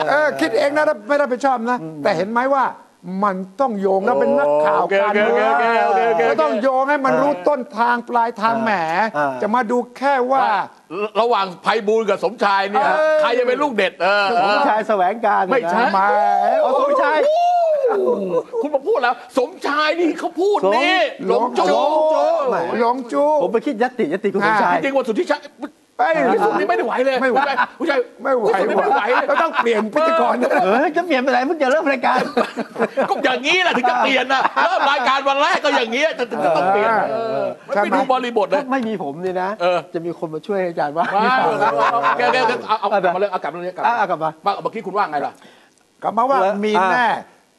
เออคิดเองนะไม่รับผิดชอบนะ แต่เห็นไหมว่ามันต้องโยงแล้วเป็นนักข่าว โอเค การเมือง โอเคโอเคโอเคโอเค ก็ต้องโยงให้มันรู้ต้นทางปลายทางแหม อ่า จะมาดูแค่ว่า ระหว่างไพบูลย์กับสมชายเนี่ย เออ ใครจะเป็นลูกเด็ดเออ ส เอ ม อ ชายแสวงการ ไม่ใช่ นะ แหม เอาสมชาย คุณมาพูดแล้ว สมชายนี่เขาพูดนี่ สม หลงจู หลงจู แหม หลงจู ผมไปคิดยัตติยัตติคุณสมชาย จริงๆว่าสุดที่ชัย ไป พี่สุดนี่ไม่ได้ไหวเลย ไม่ไหว ผู้ชาย ไม่ไหว ผู้ชายไม่ไหวเลย เราต้องเปลี่ยนพิธีกรนะ เออจะเปลี่ยนไปไหนเพิ่งจะเริ่มรายการ ก็อย่างนี้แหละถึงจะเปลี่ยนนะเริ่มรายการวันแรกก็อย่างนี้จะจะต้องเปลี่ยน เออ เออมันไม่ดูบริบทเลย ถ้าไม่มีผมเนี่ยนะ เออ จะมีคนมาช่วยอาจารย์ว่า ว้าวแกแกแกเอาเอาเอามาเรื่องเอากลับมาเรื่องนี้กลับ อ่ะเอากลับมา บ้างเมื่อกี้คุณว่าไงล่ะ ก็มาว่า แล้ว มีแน่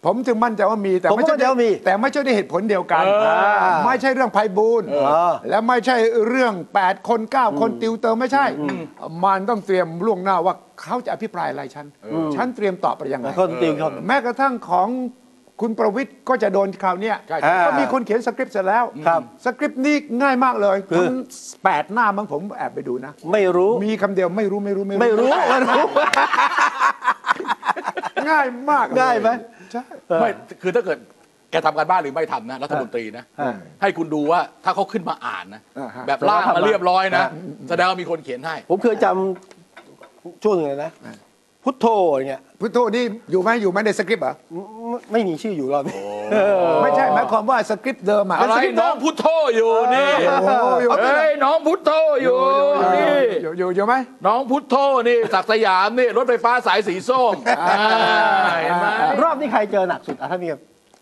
ผมจึงมั่นใจว่ามีแต่ ผมก็ ไม่ใช่ มั่นใจว่ามี แต่ไม่ใช่ด้วยเหตุผลเดียวกัน อ ไม่ใช่เรื่องภัยบูลย์ อ และไม่ใช่เรื่อง 8 คน 9 คนติวเติมไม่ใช่ มันต้องเตรียมล่วงหน้าว่าเขาจะอภิปรายอะไรฉัน ฉันเตรียมตอบไปยังไง คนติวครับ แม้กระทั่งของคุณประวิทย์ก็จะโดนคราวเนี้ย ใช่ใช่ ก็มีคนเขียนสคริปต์เสร็จแล้ว ครับ สคริปต์นี้ง่ายมากเลย คือ ทั้งแปดหน้ามั้งผมแอบไปดูนะ ไม่รู้ มีคำเดียวไม่รู้ไม่รู้ ไม่รู้ไม่รู้ ง่ายมากเลย ง่ายไหม ใช่ ไม่คือถ้าเกิดแกทำการบ้านหรือไม่ทำนะรัฐมนตรีนะ อ่า ให้คุณดูว่าถ้าเขาขึ้นมาอ่านนะ อ่าฮะ แบบล่างมาเรียบร้อยนะ แสดงว่ามีคนเขียนให้ ผมเคยจำช่วงหนึ่งเลยนะ พุทโธอย่างเงี้ย พุทโธนี่อยู่ไหมอยู่ไหมในสคริปต์เหรอ ไม่ไม่มีชื่ออยู่รอบนี้ ไม่ใช่หมายความว่าสคริปต์เดิมอะ อะไร สคริปต์ น้ เดิ อง ม พุทโธอยู่นี่ โอ้โหอยู่ เอ้ยน้องพุทโธอยู่นี่ อยู่อยู่อยู่ไหม น้องพุทโธนี่ศักดิ์สยามนี่รถไฟฟ้าสายสีส้มอ่าเห็นไหม รอบนี้ใครเจอหนักสุดอะถ้ามี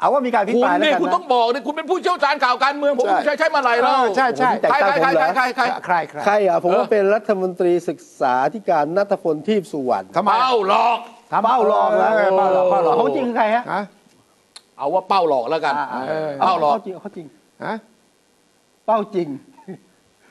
เอาว่ามีการพิ คุณ จารณาแล้ว นี่ กัน คุณ นะ ต้องบอกนี่คุณเป็นผู้เชี่ยวชาญข่าวการเมืองผมไม่ใช่ใช่มาไหล เอ เรา อใช่ใช่ ผมแต่งตั้งผมเหรอ ใครใครใครใค ใค ร รอ่ะผมว่าเป็นรัฐมนตรีศึกษาธิการนัทพลทีพสุวรรณ ทำไม เป้าหลอก เป้ารองแล้ว เเป้าหลอกเป้าหลอก เขาจริงคือใครฮะ ฮะ เอาว่าเป้าหลอกแล้วกัน อ่าเออ เป้าหลอก จริงเขาจริง ฮะ เป้าจริง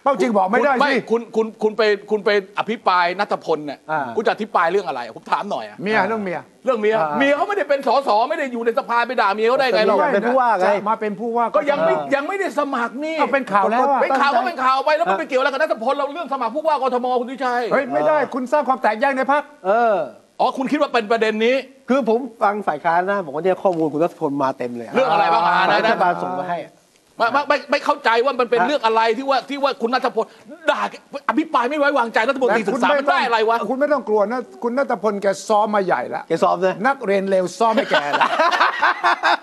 เป้าจริงบอกไม่ได้ คุณไม่ สิ คุณคุณคุณไปคุณไปอภิปรายนัทพลเนี่ย อ่า คุณจะอธิบายเรื่องอะไรผมถามหน่อยอะ เมียเรื่องเมีย เรื่องเมีย อ่า เมียเขาไม่ได้เป็นสสไม่ได้อยู่ในสภาไปด่าเมียเขาได้ไงหรอก ม่ เป็นผู้ว่าไง จะมาเป็นผู้ว่า ก็ยังไม่ยังไม่ได้สมัครนี่ เอาเป็นข่าวแล้วอะ เป็นข่าวก็เป็นข่าวไปแล้วมันไปเกี่ยวอะไรกับนัทพลเราเรื่องสมัครผู้ว่ากทมคุณทิชัย เฮ้ยไม่ได้คุณสร้างความแตกแยกในพรรค เออ อ๋อคุณคิดว่าเป็นประเด็นนี้ คือผมฟังฝ่ายค้านนะบอกว่าเนี่ยข้อมูลคุณรัฐพลมาเต็มเลย เรื่องอะไรบ้างอ่ะนะ รัฐ นะ บาลส่งมาให้อ่ะ ไม่ไม่ไม่ไม่เข้าใจว่ามันเป็นเรื่องอะไรที่ว่าที่ว่าคุณนัทพลด่าอภิปรายไม่ไว้วางใจรัฐมนตรีศึกษามันได้อะไรวะ คุณไม่ต้องกลัวนะ คุณนัทพลแกซ้อมมาใหญ่แล้ว แกซ้อมเลย นักเรียนเลวซ้อมให้แกแล้ว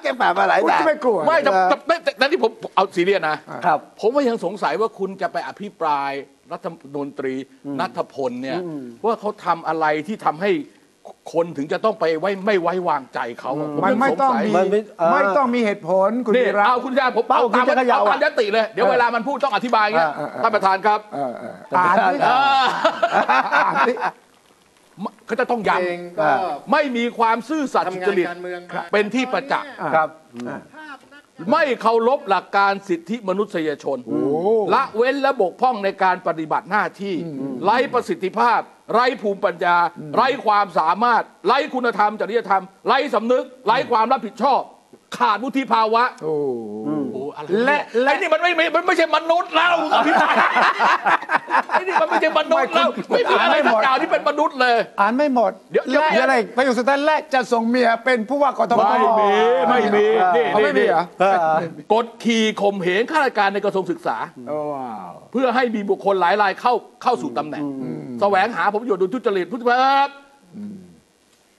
แกป่ามาหลาย คุณ ด่า จะไม่กลัว ไม่แต่แต่แต่แต่แต่ที่ผมเอาซีเรียสนะ ครับ ผมว่ายังสงสัยว่าคุณจะไปอภิปรายรัฐมนตรีนัทพลเนี่ยว่าเขาทำอะไรที่ทำให้คนถึงจะต้องไปไว้ไม่ไว้วางใจเขาอะผม มัน ยัง ไม่ สง ต้อง สัย มี มันไม่เออ ไม่ต้องมีเหตุผลคุณ นี่ วีระ เอาคุณชาผม เป้า ตาม คุณจะเขย่า เอาตาม อะ ยติเลย เดี๋ยวเวลามันพูดต้องอธิบายเงี้ย เออเออเออ ท่านประธานครับ เออเอออ่านดิ เอ อ่านดิ ก็จะต้องย้ เองก็ ำไม่มีความซื่อสัตย์ ทำ สุ งา จ น ริต การเมืองมา เป็นที่ประจักษ์ ครับ ไม่เคารพหลักการสิทธิมนุษยชน ละเว้นและบกพร่องในการปฏิบัติหน้าที่ ไร้ประสิทธิภาพ ไร้ภูมิปัญญา ไร้ความสามารถ ไร้คุณธรรม จริยธรรม ไร้สำนึก ไร้ความรับผิดชอบ ขาดวุฒิภาวะ โอ้ โอ้อะไร และและ ไอ้นี่มันไม่ไม่มันไม่ใช่มนุษย์เราอภิปรายไอ้นี่มันไม่ใช่มนุษย์เราไม่มีอะไรสักอย่างที่เป็นมนุษย์เลย อ่านไม่หมด เดี๋ยวเดี๋ยว และอะไรประโยคสุดท้ายและจะส่งเมียเป็นผู้ว่ากทม ไม่มีไม่มีนี่ เอาไม่มีเหรอ เออ กดขี่ข่มเหงข้าราชการในกระทรวงศึกษา โอ้ว้าว เพื่อให้มีบุคคลหลายรายเข้าเข้าสู่ตำแหน่ง แสวงหาผมอยู่ดูทุจริตพุทธเบิบ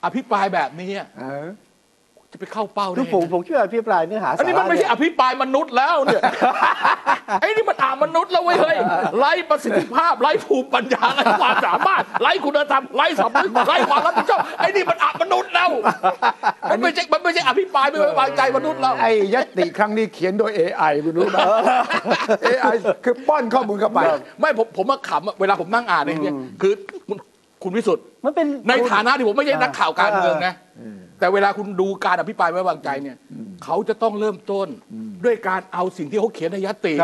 อภิปรายแบบนี้อะจะไปเข้าเป้าได้ คือผม ไง ผมคิดว่าอภิปรายเนื้อหา อัน สา นี้มัน ระ ไม่ เนี่ ใช่ ย อภิปรายมนุษย์แล้วเนี่ย ไอ้นี่มันอ่ามนุษย์แล้วเว้ยเฮ้ยไร้ประสิทธิภาพไร้ภูมิปัญญาไร้ความสามารถไร้คุณธรรมไร้สำนึกไร้ความรับผิดชอบไอ้นี่มันอ่ามนุษย์แล้วมันไม่ใช่มันไม่ใช่อภิปรายไม่ไว้วางใจมนุษย์แล้ว ไอ้ยตติครั้งนี้เขียนโดย AI คุณรู้ไหม AI คือป้อนข้อมูลเข้าไป ไม่ไม่ผมผมมาขำอะเวลาผมนั่งอ่านเนี่ยคือคุณคุณวิสุทธ์ มันเป็น ในฐานะที่ผมไม่ใช่นักข่าวการเมืองนะ อืม แต่เวลาคุณดูการอภิปรายไม่ไว้วางใจเนี่ย เขาจะต้องเริ่มต้นด้วยการเอาสิ่งที่เขาเขียนในยตติ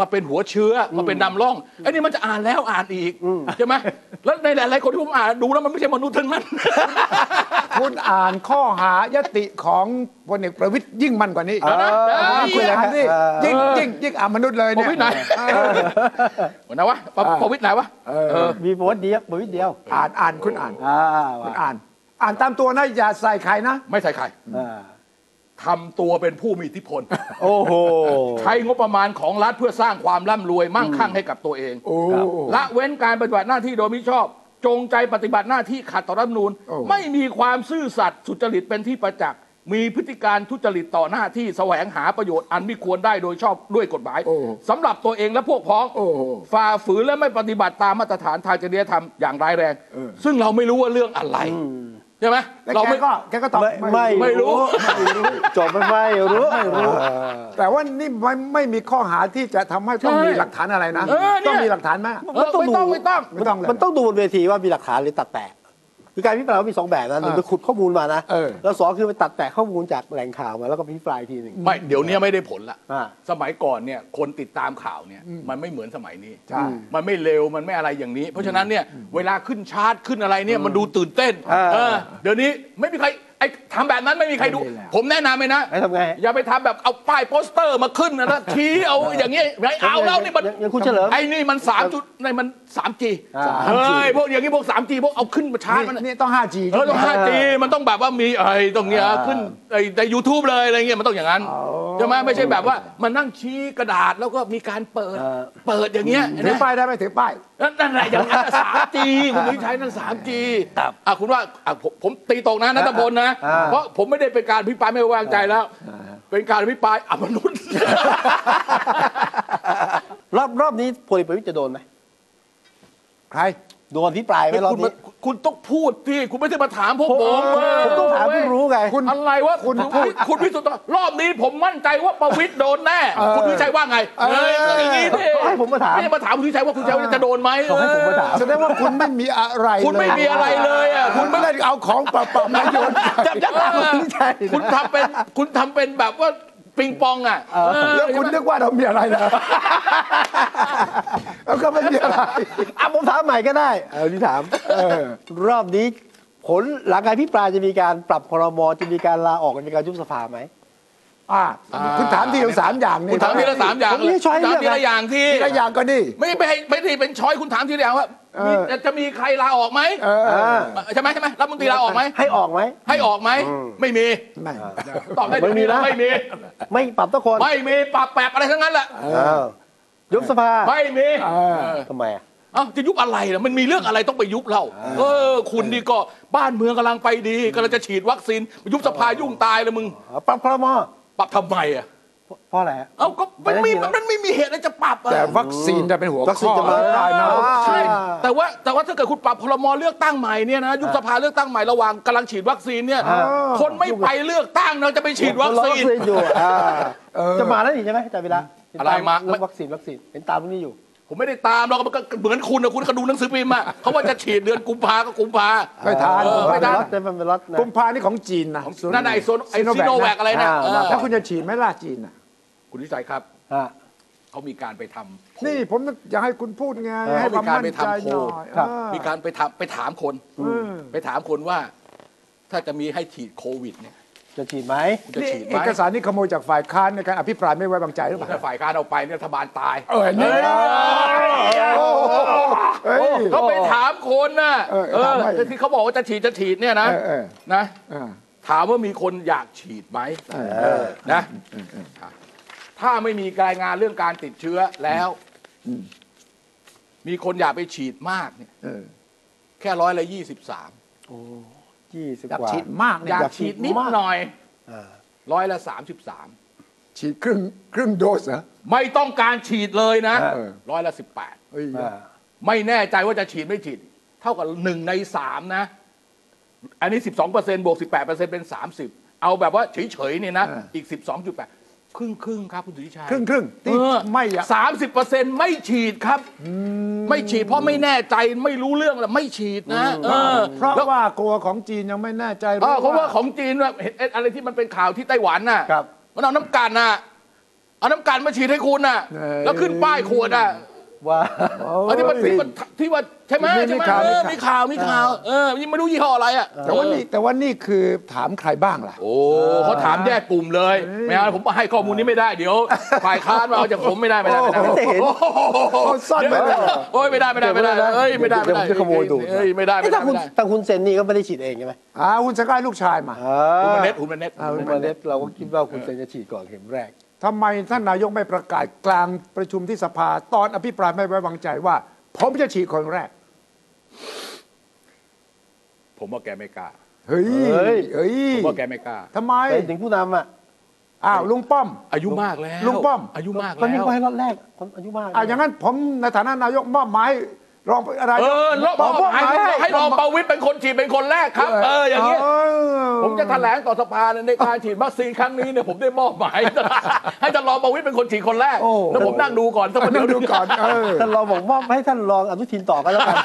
มาเป็นหัวเชื้อมาเป็นนำร่องไอ้นี่มันจะอ่านแล้วอ่านอีกใช่ไหมแล้วในหลายๆคนที่ผมอ่านดูแล้วมันไม่ใช่มนุษย์ทั้งนั้น คุณอ่านข้อหายตติของพลเอกประวิตยยิ่งมันกว่านี้ เออได้ อ่านคุณอ่านสิ เออ ยิ่งยิ่งยิ่งอ่านมนุษย์เลย ป เนี่ ระ ย วิตรไหนหัวหนะวะประประวิตรไหนวะ มีโพสต์เดียวโพสต์เดียว อ่านอ่านคุณอ่าน อ่า คุณอ่าน อ่านตามตัวนะ อย่าใส่ใครนะ ไม่ใส่ใคร อ่า ทำตัวเป็นผู้มีอิทธิพล โอ้โห ใช้งบประมาณของรัฐเพื่อสร้างความร่ำรวยมั่งคั่งให้กับตัวเอง โอ้ ครับละเว้นการปฏิบัติหน้าที่โดยมิชอบ จงใจปฏิบัติหน้าที่ขัดต่อรัฐธรรมนูญ โอ้ ไม่มีความซื่อสัตย์สุจริตเป็นที่ประจักษ์ มีพฤติการทุจริตต่อหน้าที่แสวงหาประโยชน์อันไม่ควรได้โดยชอบด้วยกฎหมายสำหรับตัวเองและพวกพ้อง โอ้โห ฝ่าฝืนและไม่ปฏิบัติตามมาตรฐานทางจริยธรรมอย่างร้ายแรง เออ ซึ่งเราไม่รู้ว่าเรื่องอะไรใช่ไหม แล้ว เรา แก ไม่ ก็แกก็ตอบ ไม่ไม่ ไม่รู้ ไม่รู้จบไม่ไม่รู้ไม่รู้ แต่ว่านี่ไม่ไม่มีข้อหาที่จะทำให้ต้อง ใช่ มีหลักฐานอะไรนะ เออเนี่ย ต้องมีหลักฐานไหม เออไม่ต้องไม่ต้อง ไม่ต้องเลย มันต้องดูบนเวทีว่ามีหลักฐานหรือตัดแตะคือการพิปรายมันมีสองแบบนะหนึ่ง เออ ไปขุดข้อมูลมานะ เออ แล้วสองคือไปตัดแตะข้อมูลจากแหล่งข่าวมาแล้วก็พิปรายทีหนึ่ง ไม่เดี๋ยวเนี้ยไม่ได้ผลละ อ่า สมัยก่อนเนี่ยคนติดตามข่าวเนี่ยมันไม่เหมือนสมัยนี้ ใช่ มันไม่เร็วมันไม่อะไรอย่างนี้ เพราะฉะนั้นเนี่ยเวลาขึ้นชาร์ตขึ้นอะไรเนี่ยมันดูตื่นเต้น อ่า เออเดี๋ยวนี้ไม่มีใครไอ้ทำแบบนั้นไม่มีใครดู ไม่ได้แล้ว ผมแนะนำเลยนะ ให้ทำไง อย่าไปทำแบบเอาป้ายโปสเตอร์มาขึ้นนะแล้วชี้เอาอย่างเงี้ยไม่เอาแล้วนี่มัน ยังยังคุณเฉลิม ไอ้นี่มันสามจุดในมันสามจี อ่า เฮ้ยพวกอย่างงี้พวกสามจีพวกเอาขึ้นมาชาร์ตมัน นี่ต้อง 5G เออต้อง 5G มันต้องแบบว่ามีไอ้ตรงเนี้ย อ่า ขึ้นไอ้ใน YouTube เลยอะไรเงี้ยมันต้องอย่างนั้นใช่ไหมไม่ใช่แบบว่ามันนั่งชี้กระดาษแล้วก็มีการเปิด เปิดอย่างเงี้ย ถือ นะ ป้ายได้ไหมถือป้าย นั่นแหละอย่างนั้นสามจีคุณวิชัยนั่น 3G อ่ะคุณว่าอ่ะผมผมตีตกนะนัทพลนะ อ่า เพราะผมไม่ได้เป็นการพิปรายไม่ไว้วางใจแล้ว เป็นการพิปรายอมนุษย์ รอบรอบนี้พลเอกประวิตรจะโดนไหม ใคร โดนพิปรายไหมรอบ คุณ นี้ มาคุณต้องพูดที่คุณไม่ได้มาถามพวกผม เออผมต้องถาม เว้ ผู้ ย รู้ไง คุณ อะไรวะคุณคุณคุณวิสุทธ์รอบนี้ผมมั่นใจว่าประวิตรโดนแน่ เออ คุณวิชัยว่าไง เออ เอ้ยเรื่องอย่างนี้ดิ ขอให้ผมมาถาม ไได้มาถามคุณวิชัยว่าคุณวิชัยว่าจะโดนไหม ขอให้ผมมาถาม แสดงว่าคุณไม่มีอะไร คุณไม่มีอะไรเลยอ่ะ คุ คุณ ณ ไม่ได้เอาของเปล่าๆมาโยน จับยัดตามคุณวิชัย คุณทำเป็นคุณทำเป็นแบบว่าปิงปองอ่ะเออ แล้วคุณนึกว่าเรามีอะไรนะแล้วก็ไม่มีอะไร อ่ะผมถามใหม่ก็ได้เออพี่ถาม เออ รอบนี้ผลหลังการพิปรายจะมีการปรับครมจะมีการลาออกจะมีการยุบสภาไหม อ่าคุณถามทีเดียวสามอย่างนี่ คุณถามทีละสามอย่าง ผมมีช้อย ถาม เลื ที อกนะ ละอย่างที่ ทีละอย่างก็นี่ ไม่ไม่ให้ไม่ได้เป็นช้อยคุณถามทีละอย่างว่ามี เออ จะมีใครลาออกไหม เออ ใช่ไหมใช่ไหมรัฐมนตรีลาออกไหม ให้ออกไหม ให้ออกไหมไม่มี ไม่ ตอบได้ ไม่มีนะ ไม่มี ไม่ปรับทุกคน ไม่มีปรับแปบอะไรทั้งนั้นแหละ อ้าวยุบสภา ไม่มี เออ เออ ทำไมอ่ะ เอ้าจะยุบอะไรล่ะมันมีเรื่องอะไรต้องไปยุบเราเออ คุณนี่ก็บ้านเมืองกำลังไปดีกำลังจะฉีดวัคซีนไปยุบสภายุ่งตายเลยมึง อ๋อปรับครม ปรับทำไมอ่ะ เพราะอะไรฮะ เอ้าก็มันมี ไม่ได้ดีนะ มันไม่มีเหตุอะไรจะปรับอ่ะ แต่วัคซีนจะเป็นหัว วัคซี ข้ น อ จะมา ได้นะ อ่า ใช่แต่ว่าแต่ว่าถ้าเกิดคุณปรับพลมเลือกตั้งใหม่เนี่ยนะยุบสภาเลือกตั้งใหม่ระหว่างกำลังฉีดวัคซีนเนี่ย อ่า คนไม่ไปเลือกตั้งเราจะไปฉีดวัคซีน วัอยู่อ่า เออ จะมาแล้วนี่ใช่ไหมอาจารย์วิระ อะไรมา เรื่องวัคซีนวัคซีนเป็นตามพวกนี้อยู่ ผมไม่ได้ตามเราก็เหมือนคุณนะคุณก็ดูหนังสือพิมพ์อ่ะเขาว่าจะฉีดเดือนกุมภาก็กุมภา ไม่ทาน เออไม่ เป็น ได้ ล็อตนะมันเป็นล็อตนะ กุมภานี่ของจีนนะ นั่นไอโซนไอซิโนแวกอะไรนะ อ่า เออ มา แล้วคุณจะฉีดไหมล่ะจีนน่ะ คุณวิชัยครับ ฮะ เขามีการไปทำโพล นี่ผมอยากให้คุณพูดไง เออ ให้ความ มีการ มั่น ไป ใจ ทำโพลหน่อย ครับ เออ มีการไปทำไปถามคน อืม ไปถามคนว่า ถ้าจะมีให้ฉีดโควิดเนี่ย จะฉีดไหม คุณจะ นี่ ฉีดไหม เอกสารนี่ขโมยจากฝ่ายค้านในการอภิปรายไม่ไว้วางใจหรือเปล่า ถ้าฝ่ายการเอาไปเนี่ยรัฐบาลตาย เออเนี่ย โอ้โหเอ้ย เขาไปถามคนน่ะ เออถามว่า เออที่เขาบอกว่าจะฉีดจะฉีดเนี่ย เอ นะ อเออ นะ เออ ถามว่ามีคนอยากฉีดไหม เออ เออนะถ้าไม่มีรายงานเรื่องการติดเชื้อแล้ว มีคนอยากไปฉีดมากเนี่ยแค่ร้อยละยี่สิบสาม ยี่สิบ อยาก กว่า ฉีดมากนะอยากฉีดนิดหน่อยร้อยละสามสิบสาม ฉีดครึ่งครึ่งโดสนะ ไม่ต้องการฉีดเลยนะ เออ ร้อยละสิบแปด เอ้ย ไม่แน่ใจว่าจะฉีดไม่ฉีด เท่ากับหนึ่งในสามนะ อันนี้สิบสองเปอร์เซ็นบวกสิบแปดเปอร์เซ็นเป็นสามสิบเอาแบบว่าเฉยๆเนี่ยนะ อ่า อีกสิบสองจุดแปดครึ่งครึ่งๆครับคุณสุทธิชัย ครึ่งครึ่งที่ไม่อะ สามสิบเปอร์เซ็นไม่ฉีดครับ ไม่ฉีดเพราะไม่แน่ใจไม่รู้เรื่องหรอกไม่ฉีดนะเออ เพราะ แล้ว ว่ากลัวของจีนยังไม่แน่ใจ เออเพราะว่าของจีนน่ะเห็นเอ็ดอะไรที่มันเป็นข่าวที่ไต้หวันน่ะมันเอาน้ำกันน่ะเอาน้ำกันมาฉีดให้คุณน่ะ แล้วขึ้นป้ายขวดน่ะ ว่า เออที่มันที่มันที่ว่าใช่ไหมใช่ไหมเออมีข่าวมีข่าวเออยังไม่รู้ยี่ห้ออะไรอ่ะ แต่ว่านี่ เออ แต่ว่านี่คือถามใครบ้างล่ะ โอ้เขาถามแยกกลุ่มเลยไม่เอาผมให้ข้อมูลนี้ไม่ได้เดี๋ยวฝ่ายค้านมาเอาจากผมไม่ได้ไม่ได้ไม่ได้ โอ้โห โอ้โห เขาซ่อนไว้เลยเหรอ โอ้ยไม่ได้ไม่ได้ไม่ได้เอ้ยไม่ได้ไม่ได้ เยวผมจะขโมยดู เอ้ยไม่ได้ไม่ได้ ถ้าคุณ ไม่ได้ ถ้าคุณเซนนี่ก็ไม่ได้ฉีดเองใช่ไหม อ่าคุณจะใกล้ลูกชายมา คุณ มาเน็ตคุณมาเน็ต คุณมาเน็ตเราก็คิดว่าคุณเซนจะฉีดก่อนเข็มแรก ทำไมท่านนายกไม่ประกาศกลางประชุมที่สภา ตอนอภิปรายไม่ไว้วางใจว่า ผมจะฉีดคนแรก ผมว่าแกไม่กล้า เฮ้ย เฮ้ย เฮ้ย ผมว่าแกไม่กล้า ทำไม เป็นถึงผู้นำอ่ะ อ้าวลุงป้อม อายุมากแล้ว ลุงป้อม อายุมาก คนนี้ แล้ว ก็ให้รอดแรกคนอายุมาก อ่ะอย่างนั้นผมในฐานะนายกมอบหมายรองนาย เอกอแล้วบอก มบ ให้ มาย ให้รองประวิตยเป็นคนฉีดเป็นคนแรกครับ เอออย่างเงี้ย เออ ผมจะแถลงต่อสภาในการฉีดวัคซีนครั้งนี้เนี่ยผมได้ม อบหมาย ให้ท่านรองประวิตยเป็นคนฉีดคนแรก แล้วผมนั่งดูก่อนสักวันเดียว ดูก่อนเออ ท่านรองบอกมอบให้ท่านรองอนุทินต่อก็แล้วกัน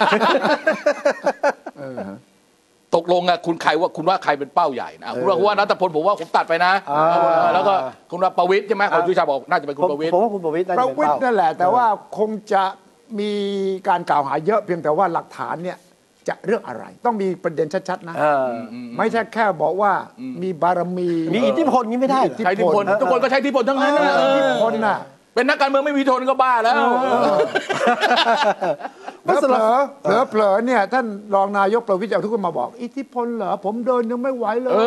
ตกลงอะคุณใครว่าคุณว่าใครเป็นเป้าใหญ่นะคุณว่าคุณว่านัทพลผมว่าผมตัดไปนะ อ่า เออแล้วก็คุณว่าประวิตยใช่ไหมคุณชูชาบอกน่าจะเป็น ผ คุ ม ณประวิตย ผมว่าคุณประวิตรน่า ป จะ ระ เป็น วิต เป้า รนั่นแหละ แต่ว่าคงจะมีการกล่าวหาเยอะเพียงแต่ว่าหลักฐานเนี่ยจะเรื่องอะไร ต้องมีประเด็นชัดๆนะ เออ ไม่ใช่แค่บอกว่ามีบารมี มีอิทธิพลนี้ไม่ได้เหรอ ใช้อิทธิพลทุกคนก็ใช้อิทธิพลทั้งนั้นนะ เอออิทธิพลน่ะ เป็นนักการเมืองไม่มีอิทธิพลก็บ้าแล้ว เผลอเผลอเผลอเนี่ยท่านรองนายกประวิตรเอาทุกคนมาบอก อิทธิพลเหรอผมเดินยังไม่ไหวเลย เอ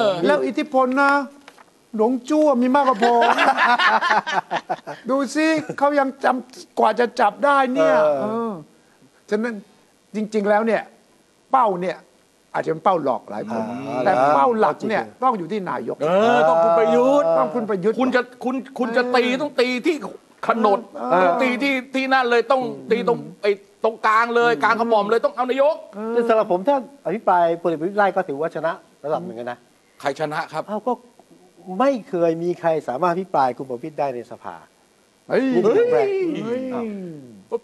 อ แล้วอิทธิพลนะหลงจั่วมีมากกว่า ผมดูสิเขายังจำกว่าจะจับได้เนี่ย เออ เออฉะนั้นจริง ๆแล้วเนี่ย เป้าเนี่ย อาจจะเป็นเป้าหลอกหลายคนแต่เป้าหลักเนี่ยต้องอยู่ที่นายก เออต้องคุณประยุทธ์ ต้องคุณประยุทธ์ คุณจะคุณคุณจะตีต้องตีที่ขนด เออ ตีที่ที่นั่นเลยต้องตีตรงไอ้ตรงกลางเลยกลางขมอมเลยต้องเอานายก แต่สำหรับผมถ้าอภิปรายพลเอกประวิตรไล่ก็ถือว่าชนะระดับหนึ่งนะ ใครชนะครับ อ้าวก็ไม่เคยมีใครสามารถอภิปรายคุณประวิตรได้ในสภา เฮ้ย นี่คือแปลก เฮ้ย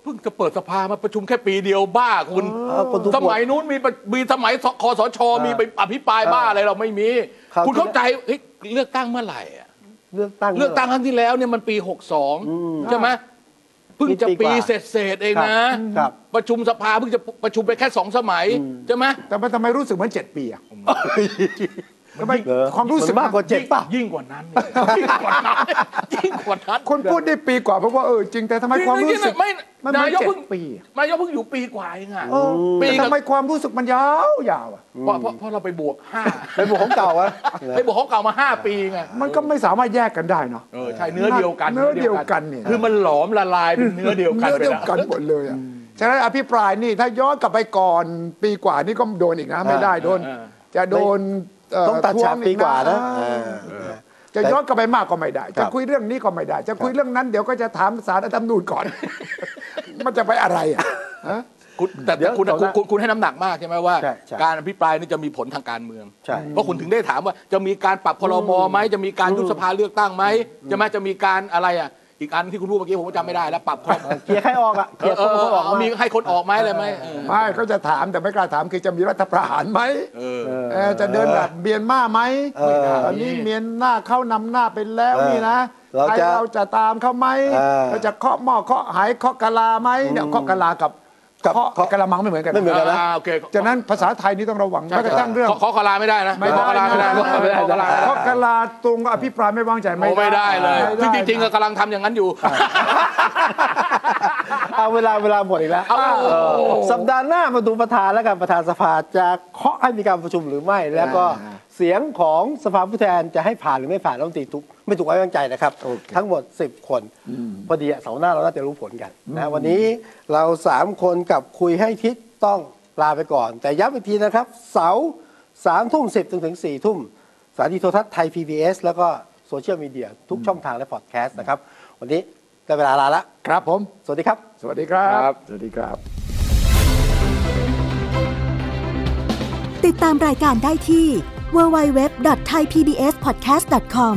เพิ่งจะเปิดสภามาประชุมแค่ปีเดียวบ้าคุณ เออคนทุกคน สมัยนู้นมีปะมีสมัยสคสช มีไปอภิปรายบ้าอะไรเราไม่มี ครับ คุณเข้าใจเฮ้ยเลือกตั้งเมื่อไหร่อะ เลือกตั้ง เลือกตั้งครั้งที่แล้วเนี่ยมันปี ม 62 ใช่ไหมเพิ่งจะ ปี ปี กว่า เศษๆเองนะ ครับ ประชุมสภาเพิ่งจะประชุมไปแค่สองสมัยใช่ไหม แต่มันทำไมรู้สึกเหมือนเจ็ดปีอะทำไม เหรอ ความรู้สึก นมากกว่าเจ็ดป่ะ ยิ่งกว่านั้น เนี่ยยิ่งกว่านั้นยิ่งกว่านั้น คนพูดได้ปีกว่าเพราะว่าเออจริงแต่ทำไมความรู้สึก ไม่ มัน นา ไม่ ยก เจ็ด เพิ่ง ปีอะ นายกเพิ่งอยู่ปีกว่าเองอ่ะ เออ ปีกับแต่ทำไมความรู้สึกมันยาวยาวๆอะ เพราะเพราะเพราะเราไปบวกห้า เป็นบุคคลเก่าวะ ไปบวกของเก่ามาห้าปีไง มันก็ไม่สามารถแยกกันได้เนาะ เออใช่เนื้อเดียวกัน เนื้อเดียวกันเนี่ย คือมันหลอมละลายเป็นเนื้อเดียวกัน เนื้อ ไป เดียว แล้ว กันหมดเลยอะฉะนั้นอภิปรายนี่ถ้าย้อนกลับไปก่อนปีกว่านี่ก็โดนอีกนะไม่ได้โดน จะโดนเ ต้องตัดฉาก ท ปี อี กว่านะ เออ เออ จะย้อนกลับไปมากก็ไม่ได้ ครั จะ บ คุยเรื่องนี้ก็ไม่ได้ จะคุยเรื่องนั้นเดี๋ยวก็จะถามสารรัฐธรรมนูญก่อน มันจะไปอะไรอ่ะฮะ คุณแต่ เดี๋ยว คุณ ต่อ คุณ นะ คุณคุณให้น้ำหนักมากใช่ไหมว่า ใช่ใช่ การอภิปรายนี่จะมีผลทางการเมือง ใช่ เพราะคุณถึงได้ถามว่าจะมีการปรับพรบไหมจะมีการยุบสภาเลือกตั้งไหมจะมาจะมีการอะไรอ่ะอีกอันที่คุณพูดเมื่อกี้ผมก็จำไม่ได้แล้วปรับพรบ เคลียร์ใครออกอ่ะเค เอ ลีย อ ร์คนเขาเออออก เออ มา มีให้คนออกไหมอะไรไหมเออ ไม่ก็จะถามแต่ไม่กล้าถามคือจะมีรัฐประหารไหม เออ เออจะเดินแบบเมียนมาไหม เออ ตอนนี้เมียนมาเข้านำหน้าไปแล้ว เออ นี่นะ เรา ไทย จะ เราจะตามเขาไหม เออ เราจะเคาะหม้อเคาะหายเคาะกะลาไหมเนี่ยเคาะกะลากับ กับ เคาะ เคาะ กะละมังไม่เหมือนกัน ไม่เหมือนกันนะ อ่าโอเค จากนั้นภาษาไทยนี่ต้องระวังแม้กระทั่งเรื่อง ขอขอคาราไม่ได้นะขอคาราไม่ได้ขอคาราไม่ได้ เคาะกะลาตรงอภิปรายไม่วางใจ โอ้ไม่ได้เลยซึ่งไม่ได้ จริงๆก็กำลังทำอย่างนั้นอยู่ เอาเวลาเวลาหมดอีกแล้ว เอา เออสัปดาห์หน้ามาดูประธานและการประธานสภาจะเคาะให้มีการประชุมหรือไม่ แล้วก็เสียงของสภาผู้แทนจะให้ผ่านหรือไม่ผ่านรัฐมนตรีทุก ไม่ถูกไว้วางใจนะครับ ทั้งหมด 10 คน พอดีอะเสาร์หน้าเราน่าจะรู้ผลกัน อื นะ ม วันนี้เรา 3 คนกับคุยให้คิดต้องลาไปก่อน แต่ย้ำอีกทีนะครับ เสาร์สามทุ่มสิบถึงถึงสี่ทุ่มสถานีโทรทัศน์ไทย PBS แล้วก็โซเชียลมีเดียทุกช่องทางและพอดแคสต์นะครับ วันนี้ได้เวลาลาละ ครับผม สวัสดีครับ สวัสดีครับ สวัสดีครับ ติดตามรายการได้ที่ www.thaipbspodcast.com